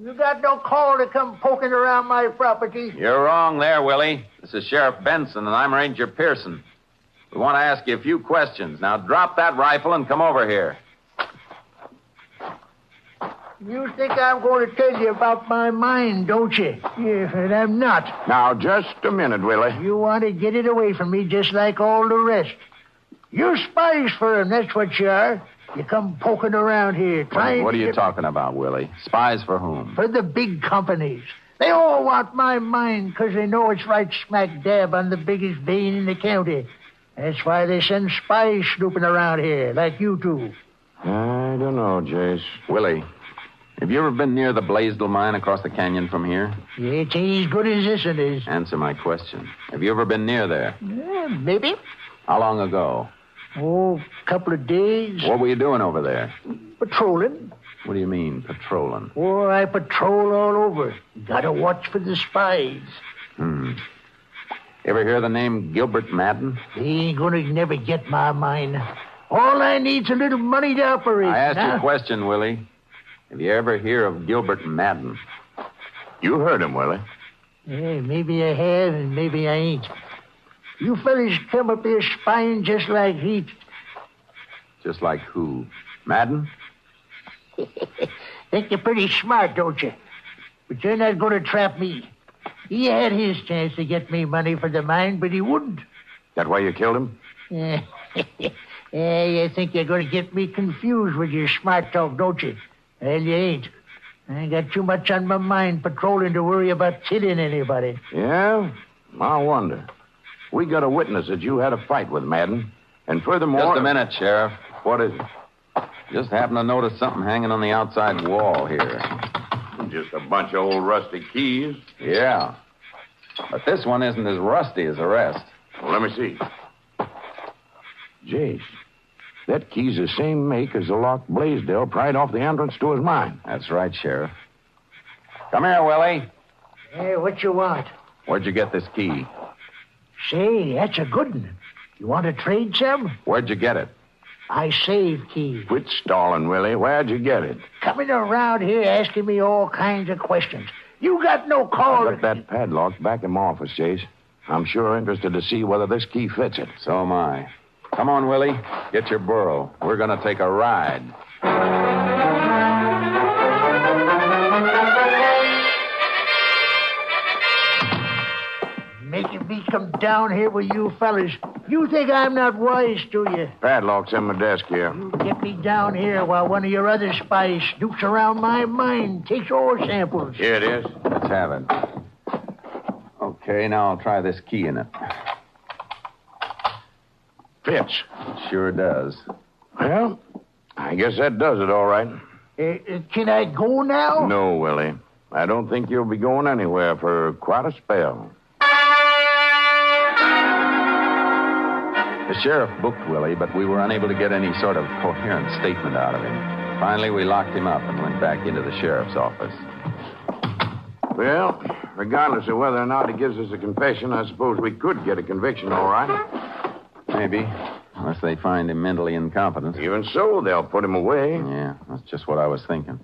[SPEAKER 18] You got no call to come poking around my property.
[SPEAKER 15] You're wrong there, Willie. This is Sheriff Benson, and I'm Ranger Pearson. We want to ask you a few questions. Now drop that rifle and come over here.
[SPEAKER 18] You think I'm going to tell you about my mind, don't you? Yeah, and I'm not.
[SPEAKER 17] Now, just a minute, Willie.
[SPEAKER 18] You want to get it away from me just like all the rest. You're spies for 'em, that's what you are. You come poking around here, trying
[SPEAKER 15] what are
[SPEAKER 18] to
[SPEAKER 15] you
[SPEAKER 18] get-
[SPEAKER 15] talking about, Willie? Spies for whom?
[SPEAKER 18] for the big companies. They all want my mine 'cause they know it's right smack dab on the biggest vein in the county. That's why they send spies snooping around here, like you two.
[SPEAKER 17] I don't know, Jace.
[SPEAKER 15] Willie, have you ever been near the Blaisdell mine across the canyon from here?
[SPEAKER 18] It ain't as good as this it is.
[SPEAKER 15] Answer my question. Have you ever been near there?
[SPEAKER 18] Yeah, maybe.
[SPEAKER 15] How long ago?
[SPEAKER 18] Oh, couple of days.
[SPEAKER 15] What were you doing over there?
[SPEAKER 18] Patrolling.
[SPEAKER 15] What do you mean, patrolling?
[SPEAKER 18] Oh, I patrol all over. Gotta watch for the spies.
[SPEAKER 15] Hmm. Ever hear the name Gilbert Madden?
[SPEAKER 18] They ain't gonna never get my mine. All I need's a little money to operate.
[SPEAKER 15] I asked you
[SPEAKER 18] now.
[SPEAKER 15] a question, Willie. Have you ever hear of Gilbert Madden?
[SPEAKER 17] You heard him, Willie.
[SPEAKER 18] Yeah, maybe I have, and maybe I ain't. You fellas come up here spying just like he.
[SPEAKER 15] Just like who? Madden?
[SPEAKER 18] Think you're pretty smart, don't you? But you're not going to trap me. He had his chance to get me money for the mine, but he wouldn't.
[SPEAKER 17] That why you killed him?
[SPEAKER 18] Yeah, yeah you think you're going to get me confused with your smart talk, don't you? Well, you ain't. I ain't got too much on my mind patrolling to worry about killing anybody.
[SPEAKER 17] Yeah? I wonder. We got a witness that you had a fight with Madden. And furthermore.
[SPEAKER 15] Just a minute, Sheriff.
[SPEAKER 17] What is it?
[SPEAKER 15] Just happened to notice something hanging on the outside wall here.
[SPEAKER 17] Just a bunch of old rusty keys.
[SPEAKER 15] Yeah. But this one isn't as rusty as the rest.
[SPEAKER 17] Well, let me see. Jace, that key's the same make as the lock Blaisdell pried off the entrance to his mine.
[SPEAKER 15] That's right, Sheriff. Come here, Willie.
[SPEAKER 18] Hey, what you want?
[SPEAKER 15] Where'd you get this key?
[SPEAKER 18] Say, that's a good one. You want to trade some?
[SPEAKER 15] Where'd you get it?
[SPEAKER 18] I save keys.
[SPEAKER 17] Quit stalling, Willie. Where'd you get it?
[SPEAKER 18] Coming around here asking me all kinds of questions. You got no call.
[SPEAKER 13] Put that padlock back in my office, Chase. I'm sure interested to see whether this key fits it.
[SPEAKER 15] So am I. Come on, Willie. Get your burro. We're going to take a ride.
[SPEAKER 18] Making me come down here with you fellas. You think I'm not wise, do you?
[SPEAKER 13] Padlock's in my desk here.
[SPEAKER 18] Get me down here while one of your other spies snoops around my mine, takes ore samples.
[SPEAKER 15] Here it is. Let's have it. Okay, now I'll try this key in it.
[SPEAKER 13] Fits.
[SPEAKER 15] Sure does.
[SPEAKER 13] Well, I guess that does it all right.
[SPEAKER 18] Uh, uh, can I go now?
[SPEAKER 13] No, Willie. I don't think you'll be going anywhere for quite a spell.
[SPEAKER 15] The sheriff booked Willie, but we were unable to get any sort of coherent statement out of him. Finally, we locked him up and went back into the sheriff's office.
[SPEAKER 13] Well, regardless of whether or not he gives us a confession, I suppose we could get a conviction, all right.
[SPEAKER 15] Maybe. Unless they find him mentally incompetent.
[SPEAKER 13] Even so, they'll put him away.
[SPEAKER 15] Yeah, that's just what I was thinking.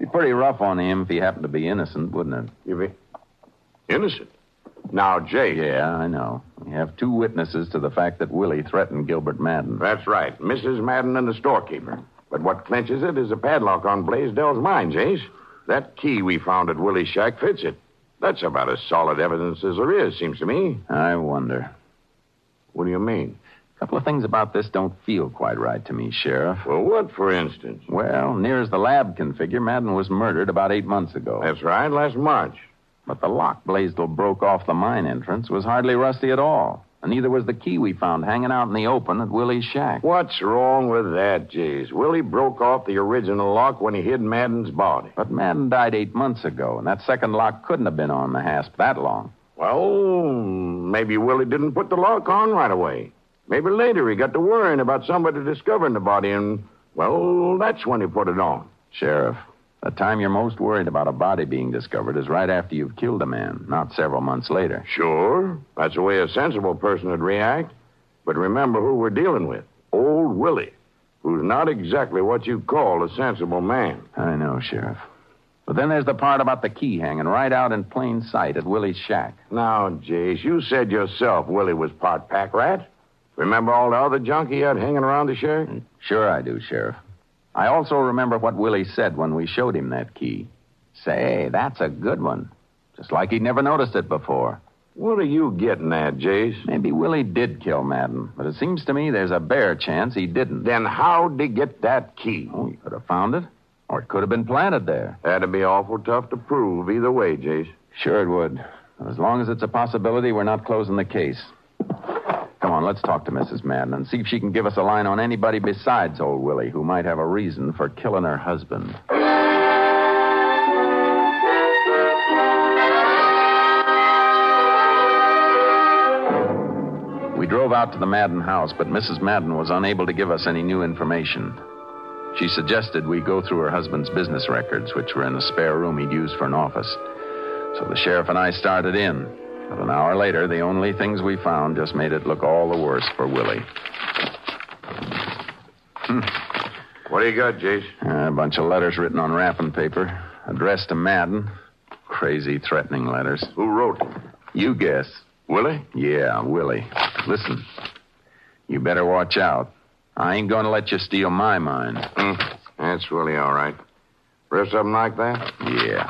[SPEAKER 15] Be pretty rough on him if he happened to be innocent, wouldn't it?
[SPEAKER 13] You be innocent. Now, Jake.
[SPEAKER 15] Yeah, I know. We have two witnesses to the fact that Willie threatened Gilbert Madden.
[SPEAKER 13] That's right. Mrs. Madden and the storekeeper. But what clinches it is a padlock on Blaisdell's mine, Jase. That key we found at Willie's shack fits it. That's about as solid evidence as there is, seems to me.
[SPEAKER 15] I wonder.
[SPEAKER 13] What do you mean?
[SPEAKER 15] A couple of things about this don't feel quite right to me, Sheriff.
[SPEAKER 13] Well, what, for instance?
[SPEAKER 15] Well, near as the lab can figure, Madden was murdered about eight months ago.
[SPEAKER 13] That's right, last March.
[SPEAKER 15] But the lock Blaisdell broke off the mine entrance was hardly rusty at all. And neither was the key we found hanging out in the open at Willie's shack.
[SPEAKER 13] What's wrong with that, Jays? Willie broke off the original lock when he hid Madden's body.
[SPEAKER 15] But Madden died eight months ago, and that second lock couldn't have been on the hasp that long.
[SPEAKER 13] Well, maybe Willie didn't put the lock on right away. Maybe later he got to worrying about somebody discovering the body, and, well, that's when he put it on.
[SPEAKER 15] Sheriff, the time you're most worried about a body being discovered is right after you've killed a man, not several months later.
[SPEAKER 13] Sure, that's the way a sensible person would react. But remember who we're dealing with old Willie, who's not exactly what you call a sensible man.
[SPEAKER 15] I know, Sheriff. But then there's the part about the key hanging right out in plain sight at Willie's shack.
[SPEAKER 13] Now, Jace, you said yourself Willie was part pack rat. Remember all the other junk he had hanging around the shack?
[SPEAKER 15] Sure I do, Sheriff. I also remember what Willie said when we showed him that key. Say, that's a good one. Just like he never noticed it before.
[SPEAKER 13] What are you getting at, Jace?
[SPEAKER 15] Maybe Willie did kill Madden, but it seems to me there's a bare chance he didn't.
[SPEAKER 13] Then how'd he get that key?
[SPEAKER 15] Oh, he could have found it, or it could have been planted there.
[SPEAKER 13] That'd be awful tough to prove either way, Jace.
[SPEAKER 15] Sure it would. But as long as it's a possibility, we're not closing the case. Come on, let's talk to Mrs. Madden and see if she can give us a line on anybody besides old Willie who might have a reason for killing her husband. We drove out to the Madden house, but Mrs. Madden was unable to give us any new information. She suggested we go through her husband's business records, which were in a spare room he'd used for an office. So the sheriff and I started in. But an hour later, the only things we found just made it look all the worse for Willie. Hmm.
[SPEAKER 13] What do you got, Jace?
[SPEAKER 15] A bunch of letters written on wrapping paper, addressed to Madden. Crazy, threatening letters.
[SPEAKER 13] Who wrote it?
[SPEAKER 15] You guess.
[SPEAKER 13] Willie?
[SPEAKER 15] Yeah, Willie. Listen, you better watch out. I ain't going to let you steal my mine.
[SPEAKER 13] Mm, that's Willie, all right. Rest of 'em like that?
[SPEAKER 15] Yeah.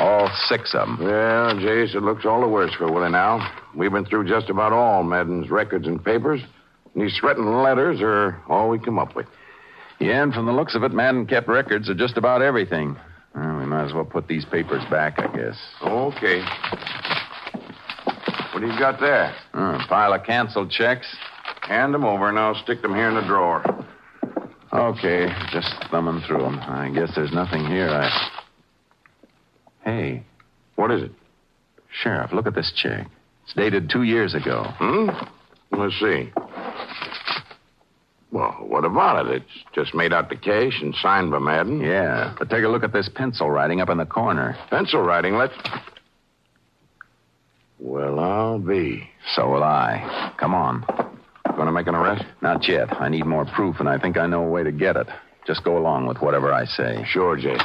[SPEAKER 15] All six of 'em.
[SPEAKER 13] Well, Jace, it looks all the worse for Willie now. We've been through just about all Madden's records and papers, and these threatening letters are all we come up with.
[SPEAKER 15] Yeah, and from the looks of it, Madden kept records of just about everything. Well, we might as well put these papers back, I guess.
[SPEAKER 13] Okay. What do you got there?
[SPEAKER 15] Uh, pile of canceled checks.
[SPEAKER 13] Hand 'em over, and I'll stick them here in the drawer.
[SPEAKER 15] Okay, just thumbing through 'em. I guess there's nothing here. I. Hey,
[SPEAKER 13] What is it?
[SPEAKER 15] Sheriff, look at this check. It's dated two years ago.
[SPEAKER 13] Hmm? Let's see. Well, what about it? It's just made out to cash and signed by Madden.
[SPEAKER 15] Yeah, but take a look at this pencil writing up in the corner.
[SPEAKER 13] Pencil writing, let's. Well, I'll be.
[SPEAKER 15] So will I. Come on.
[SPEAKER 13] Gonna make an arrest?
[SPEAKER 15] Not yet. I need more proof, and I think I know a way to get it. Just go along with whatever I say.
[SPEAKER 13] Sure, Jace.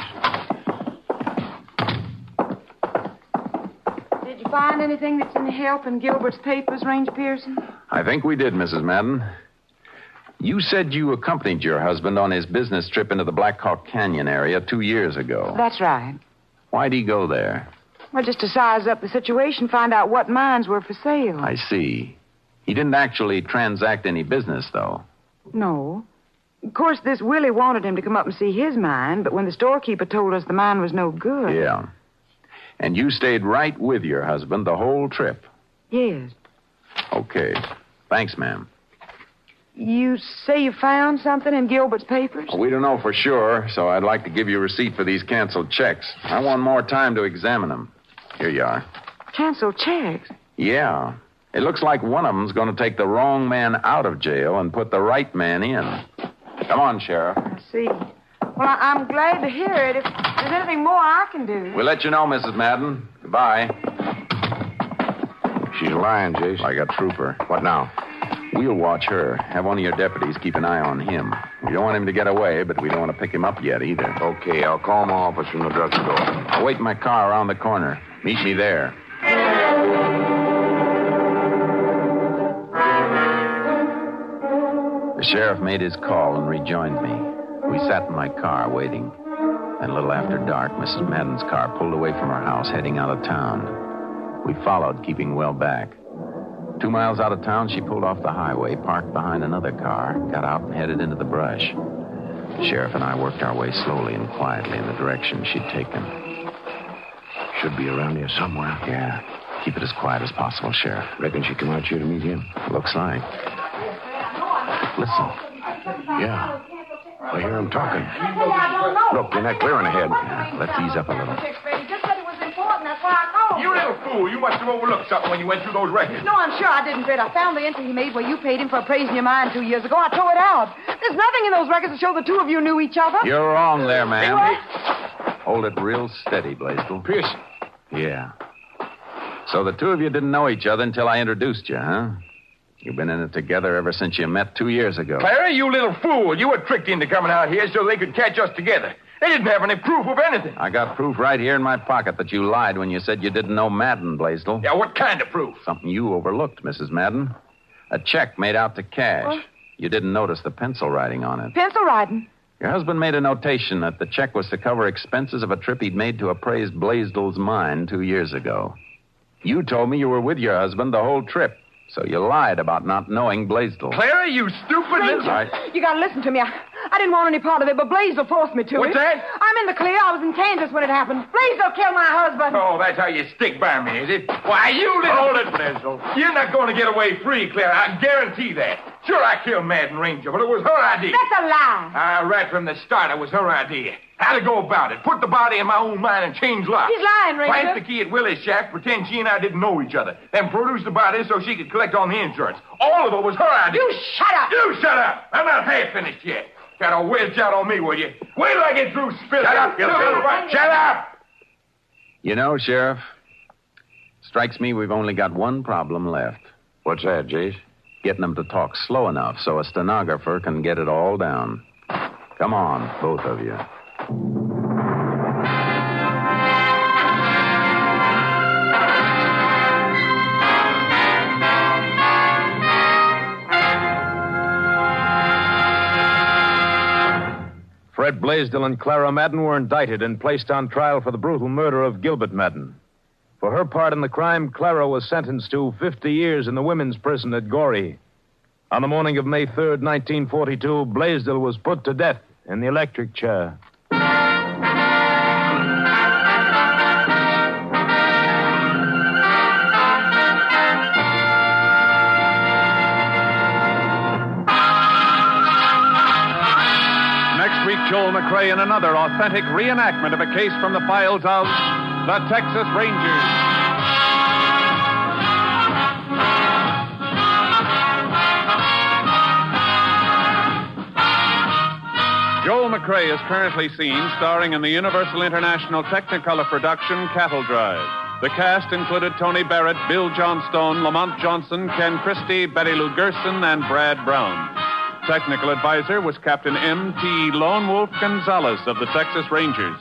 [SPEAKER 16] find anything that's any help in Gilbert's papers, Ranger Pearson?
[SPEAKER 15] I think we did, Mrs. Madden. You said you accompanied your husband on his business trip into the Black Hawk Canyon area two years ago.
[SPEAKER 16] That's right.
[SPEAKER 15] Why'd he go there?
[SPEAKER 16] Well, just to size up the situation, find out what mines were for sale.
[SPEAKER 15] I see. He didn't actually transact any business, though.
[SPEAKER 16] No. Of course, this Willie wanted him to come up and see his mine, but when the storekeeper told us the mine was no good.
[SPEAKER 15] Yeah. And you stayed right with your husband the whole trip.
[SPEAKER 16] Yes.
[SPEAKER 15] Okay. Thanks, ma'am.
[SPEAKER 16] You say you found something in Gilbert's papers?
[SPEAKER 15] We don't know for sure, so I'd like to give you a receipt for these canceled checks. I want more time to examine them. Here you are.
[SPEAKER 16] Canceled checks.
[SPEAKER 15] Yeah. It looks like one of them's going to take the wrong man out of jail and put the right man in. Come on, Sheriff.
[SPEAKER 16] I see. Well, I- I'm glad to hear it. If there's anything more I can do.
[SPEAKER 15] We'll let you know, Mrs. Madden. Goodbye.
[SPEAKER 17] She's lying, Jason.
[SPEAKER 15] Like a trooper.
[SPEAKER 17] What now?
[SPEAKER 15] We'll watch her. Have one of your deputies keep an eye on him. We don't want him to get away, but we don't want to pick him up yet either.
[SPEAKER 17] Okay, I'll call my office from the drugstore.
[SPEAKER 15] I'll wait in my car around the corner. Meet me there. The sheriff made his call and rejoined me. We sat in my car waiting. And a little after dark, Mrs. Madden's car pulled away from her house, heading out of town. We followed, keeping well back. Two miles out of town, she pulled off the highway, parked behind another car, got out, and headed into the brush. The sheriff and I worked our way slowly and quietly in the direction she'd taken.
[SPEAKER 17] Should be around here somewhere.
[SPEAKER 15] Yeah. Keep it as quiet as possible, Sheriff.
[SPEAKER 17] Reckon she come out here to meet him.
[SPEAKER 15] Looks like. Listen.
[SPEAKER 17] Yeah. I hear him talking.
[SPEAKER 15] Look, in that clearing ahead. Yeah, let's ease up a little.
[SPEAKER 9] Just said it was important. That's why I called.
[SPEAKER 13] You little fool, you must have overlooked something when you went through those records.
[SPEAKER 16] No, I'm sure I didn't, Fred. I found the entry he made where you paid him for appraising your mine two years ago. I tore it out. There's nothing in those records to show the two of you knew each other.
[SPEAKER 15] You're wrong there, ma'am.
[SPEAKER 16] What?
[SPEAKER 15] Hold it real steady, Blaisdell.
[SPEAKER 13] Pearson.
[SPEAKER 15] Yeah. So the two of you didn't know each other until I introduced you, huh? You've been in it together ever since you met two years ago.
[SPEAKER 13] Clara, you little fool. You were tricked into coming out here so they could catch us together. They didn't have any proof of anything.
[SPEAKER 15] I got proof right here in my pocket that you lied when you said you didn't know Madden, Blaisdell.
[SPEAKER 13] Yeah, what kind of proof?
[SPEAKER 15] Something you overlooked, Mrs. Madden. A check made out to cash.
[SPEAKER 16] What?
[SPEAKER 15] You didn't notice the pencil writing on it.
[SPEAKER 16] Pencil writing.
[SPEAKER 15] Your husband made a notation that the check was to cover expenses of a trip he'd made to appraise Blaisdell's mine two years ago. You told me you were with your husband the whole trip, so you lied about not knowing Blaisdell.
[SPEAKER 13] Clara, you stupid little.
[SPEAKER 15] All right.
[SPEAKER 16] You gotta listen to me. I, I didn't want any part of it, but Blaisdell forced me to
[SPEAKER 13] What's
[SPEAKER 16] it.
[SPEAKER 13] that?
[SPEAKER 16] I'm in the clear. I was in Kansas when it happened. Blaisdell killed my husband.
[SPEAKER 13] Oh, that's how you stick by me, is it? Why, you little. Hold it, Blaisdell. You're not going to get away free, Clara. I guarantee that. Sure, I killed Madden Ranger, but it was her idea.
[SPEAKER 16] That's a lie.
[SPEAKER 13] Ah, right from the start, it was her idea. How to go about it? Put the body in my own mine and change locks.
[SPEAKER 16] He's lying, Ranger.
[SPEAKER 13] Plant the key at Willie's shack, pretend she and I didn't know each other, then produce the body so she could collect on the insurance. All of it was her idea.
[SPEAKER 16] You shut up.
[SPEAKER 13] You shut up! I'm not half finished yet. Got a wedge out on me, will you? Wait till I get through spilling. Shut up, you little rat. Shut up!
[SPEAKER 15] You know, Sheriff, strikes me we've only got one problem left
[SPEAKER 17] What's that, Jace?
[SPEAKER 15] getting them to talk slow enough so a stenographer can get it all down. Come on, both of you.
[SPEAKER 12] Fred Blaisdell and Clara Madden were indicted and placed on trial for the brutal murder of Gilbert Madden. For her part in the crime, Clara was sentenced to 50 years in the women's prison at Goree. On the morning of May 3rd, 1942, Blaisdell was put to death in the electric chair.
[SPEAKER 11] Next week, Joel McRae in another authentic reenactment of a case from the files of the Texas Rangers. Joel McRae is currently seen starring in the Universal International Technicolor production Cattle Drive. The cast included Tony Barrett, Bill Johnstone, Lamont Johnson, Ken Christie, Betty Lou Gerson, and Brad Brown. Technical advisor was Captain M.T. Lone Wolf Gonzalez of the Texas Rangers.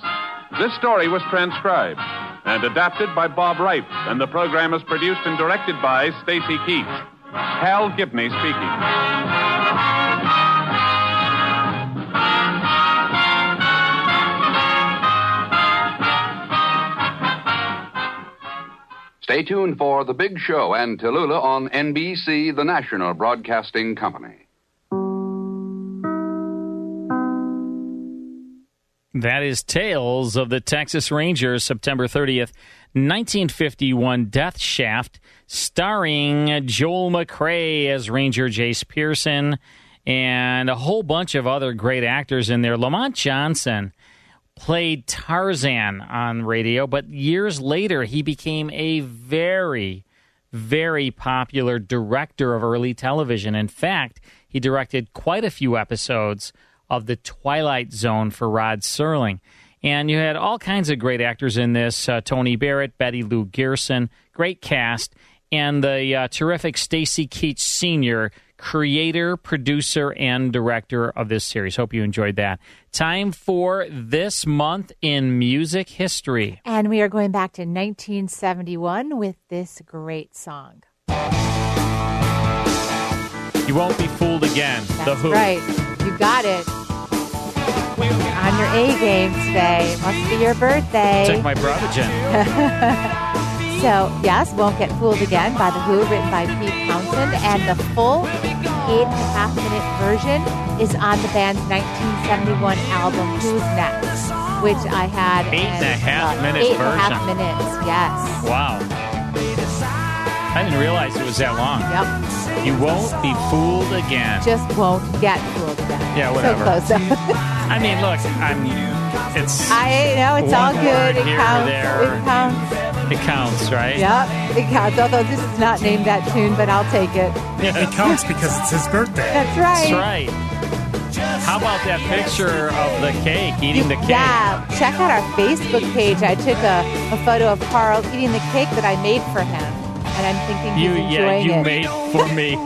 [SPEAKER 11] This story was transcribed. and adapted by Bob Reif, and the program is produced and directed by Stacy Keach. Hal Gibney speaking.
[SPEAKER 19] Stay tuned for The Big Show and Tallulah on NBC, the national broadcasting company.
[SPEAKER 6] That is Tales of the Texas Rangers, September 30th, 1951, Death Shaft, starring Joel McRae as Ranger Jace Pearson and a whole bunch of other great actors in there. Lamont Johnson played Tarzan on radio, but years later he became a very, very popular director of early television. In fact, he directed quite a few episodes of The Twilight Zone for Rod Serling. And you had all kinds of great actors in this uh, Tony Barrett, Betty Lou Gerson, great cast, and the uh, terrific Stacy Keach Sr., creator, producer, and director of this series. Hope you enjoyed that. Time for This Month in Music History.
[SPEAKER 7] And we are going back to 1971 with this great song.
[SPEAKER 6] You won't be fooled again. the Who.
[SPEAKER 7] Right. You got it. You're on your A game today. Must be your birthday.
[SPEAKER 6] It's like my brother, Jen.
[SPEAKER 7] so, yes, Won't Get Fooled Again by The Who, written by Pete Townsend, and the full eight and a half minute version is on the band's 1971 album, Who's Next, which I had.
[SPEAKER 6] Eight and a
[SPEAKER 7] as,
[SPEAKER 6] half
[SPEAKER 7] uh,
[SPEAKER 6] minute
[SPEAKER 7] Eight and a half
[SPEAKER 6] version.
[SPEAKER 7] minutes, yes.
[SPEAKER 6] Wow. I didn't realize it was that long.
[SPEAKER 7] Yep.
[SPEAKER 6] You won't be fooled again.
[SPEAKER 7] Just won't get fooled again.
[SPEAKER 6] Yeah, whatever.
[SPEAKER 7] So close.
[SPEAKER 6] I mean, look, I'm. It's.
[SPEAKER 7] I know it's
[SPEAKER 6] one
[SPEAKER 7] all
[SPEAKER 6] word
[SPEAKER 7] good. It
[SPEAKER 6] here or
[SPEAKER 7] counts.
[SPEAKER 6] there.
[SPEAKER 7] It counts.
[SPEAKER 6] It counts, right?
[SPEAKER 7] Yep, it counts. Although this is not named that tune, but I'll take it.
[SPEAKER 20] It counts because it's his birthday.
[SPEAKER 7] That's right.
[SPEAKER 6] That's right. How about that picture of the cake, eating the cake?
[SPEAKER 7] Yeah, check out our Facebook page. I took a, a photo of Carl eating the cake that I made for him, and I'm thinking
[SPEAKER 6] You,
[SPEAKER 7] he's
[SPEAKER 6] yeah,
[SPEAKER 7] enjoying
[SPEAKER 6] you
[SPEAKER 7] it.
[SPEAKER 6] made for me.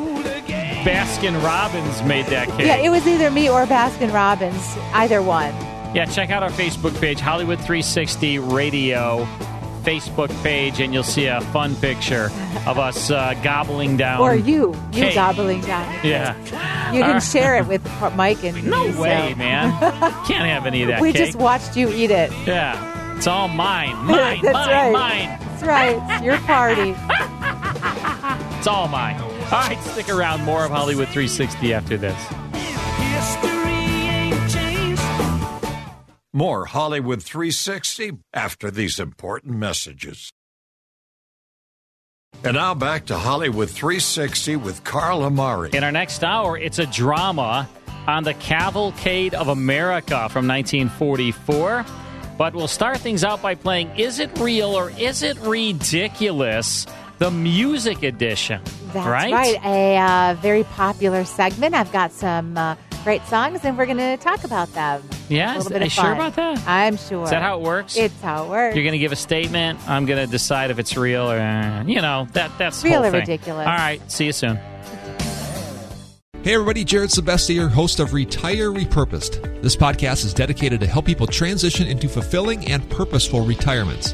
[SPEAKER 6] Baskin Robbins made that cake.
[SPEAKER 7] Yeah, it was either me or Baskin Robbins, either one.
[SPEAKER 6] Yeah, check out our Facebook page, Hollywood 360 Radio Facebook page, and you'll see a fun picture of us uh, gobbling down.
[SPEAKER 7] or you, you
[SPEAKER 6] cake.
[SPEAKER 7] gobbling down.
[SPEAKER 6] Yeah.
[SPEAKER 7] You
[SPEAKER 6] All
[SPEAKER 7] can
[SPEAKER 6] right.
[SPEAKER 7] share it with Mike and
[SPEAKER 6] No
[SPEAKER 7] me, so-
[SPEAKER 6] way, man. Can't have any of that
[SPEAKER 7] we
[SPEAKER 6] cake.
[SPEAKER 7] just watched you eat it.
[SPEAKER 6] yeah, it's all mine, mine,
[SPEAKER 7] That's
[SPEAKER 6] mine,
[SPEAKER 7] right.
[SPEAKER 6] mine.
[SPEAKER 7] That's right. It's your party.
[SPEAKER 6] It's all mine. All right, stick around. More of Hollywood 360 after this.
[SPEAKER 10] More Hollywood 360 after these important messages. And now back to Hollywood 360 with Carl Amari.
[SPEAKER 6] In our next hour, it's a drama on the Cavalcade of America from 1944. But we'll start things out by playing Is It Real or Is It Ridiculous? The music edition.
[SPEAKER 7] That's right. A uh, very popular segment. I've got some uh, great songs, and we're going to talk about them.
[SPEAKER 6] Yeah,
[SPEAKER 7] A
[SPEAKER 6] is-
[SPEAKER 7] little bit
[SPEAKER 6] are
[SPEAKER 7] of
[SPEAKER 6] you sure
[SPEAKER 7] fun.
[SPEAKER 6] about that?
[SPEAKER 7] I'm sure.
[SPEAKER 6] Is that how it works?
[SPEAKER 7] It's how it works.
[SPEAKER 6] You're going to give a statement. I'm going to decide if it's real or, uh, you know, that that's the
[SPEAKER 7] Real
[SPEAKER 6] whole
[SPEAKER 7] or
[SPEAKER 6] thing.
[SPEAKER 7] ridiculous.
[SPEAKER 6] All right. See you soon.
[SPEAKER 21] Hey everybody, Jared Sebesti here, host of Retire Repurposed. This podcast is dedicated to help people transition into fulfilling and purposeful retirements.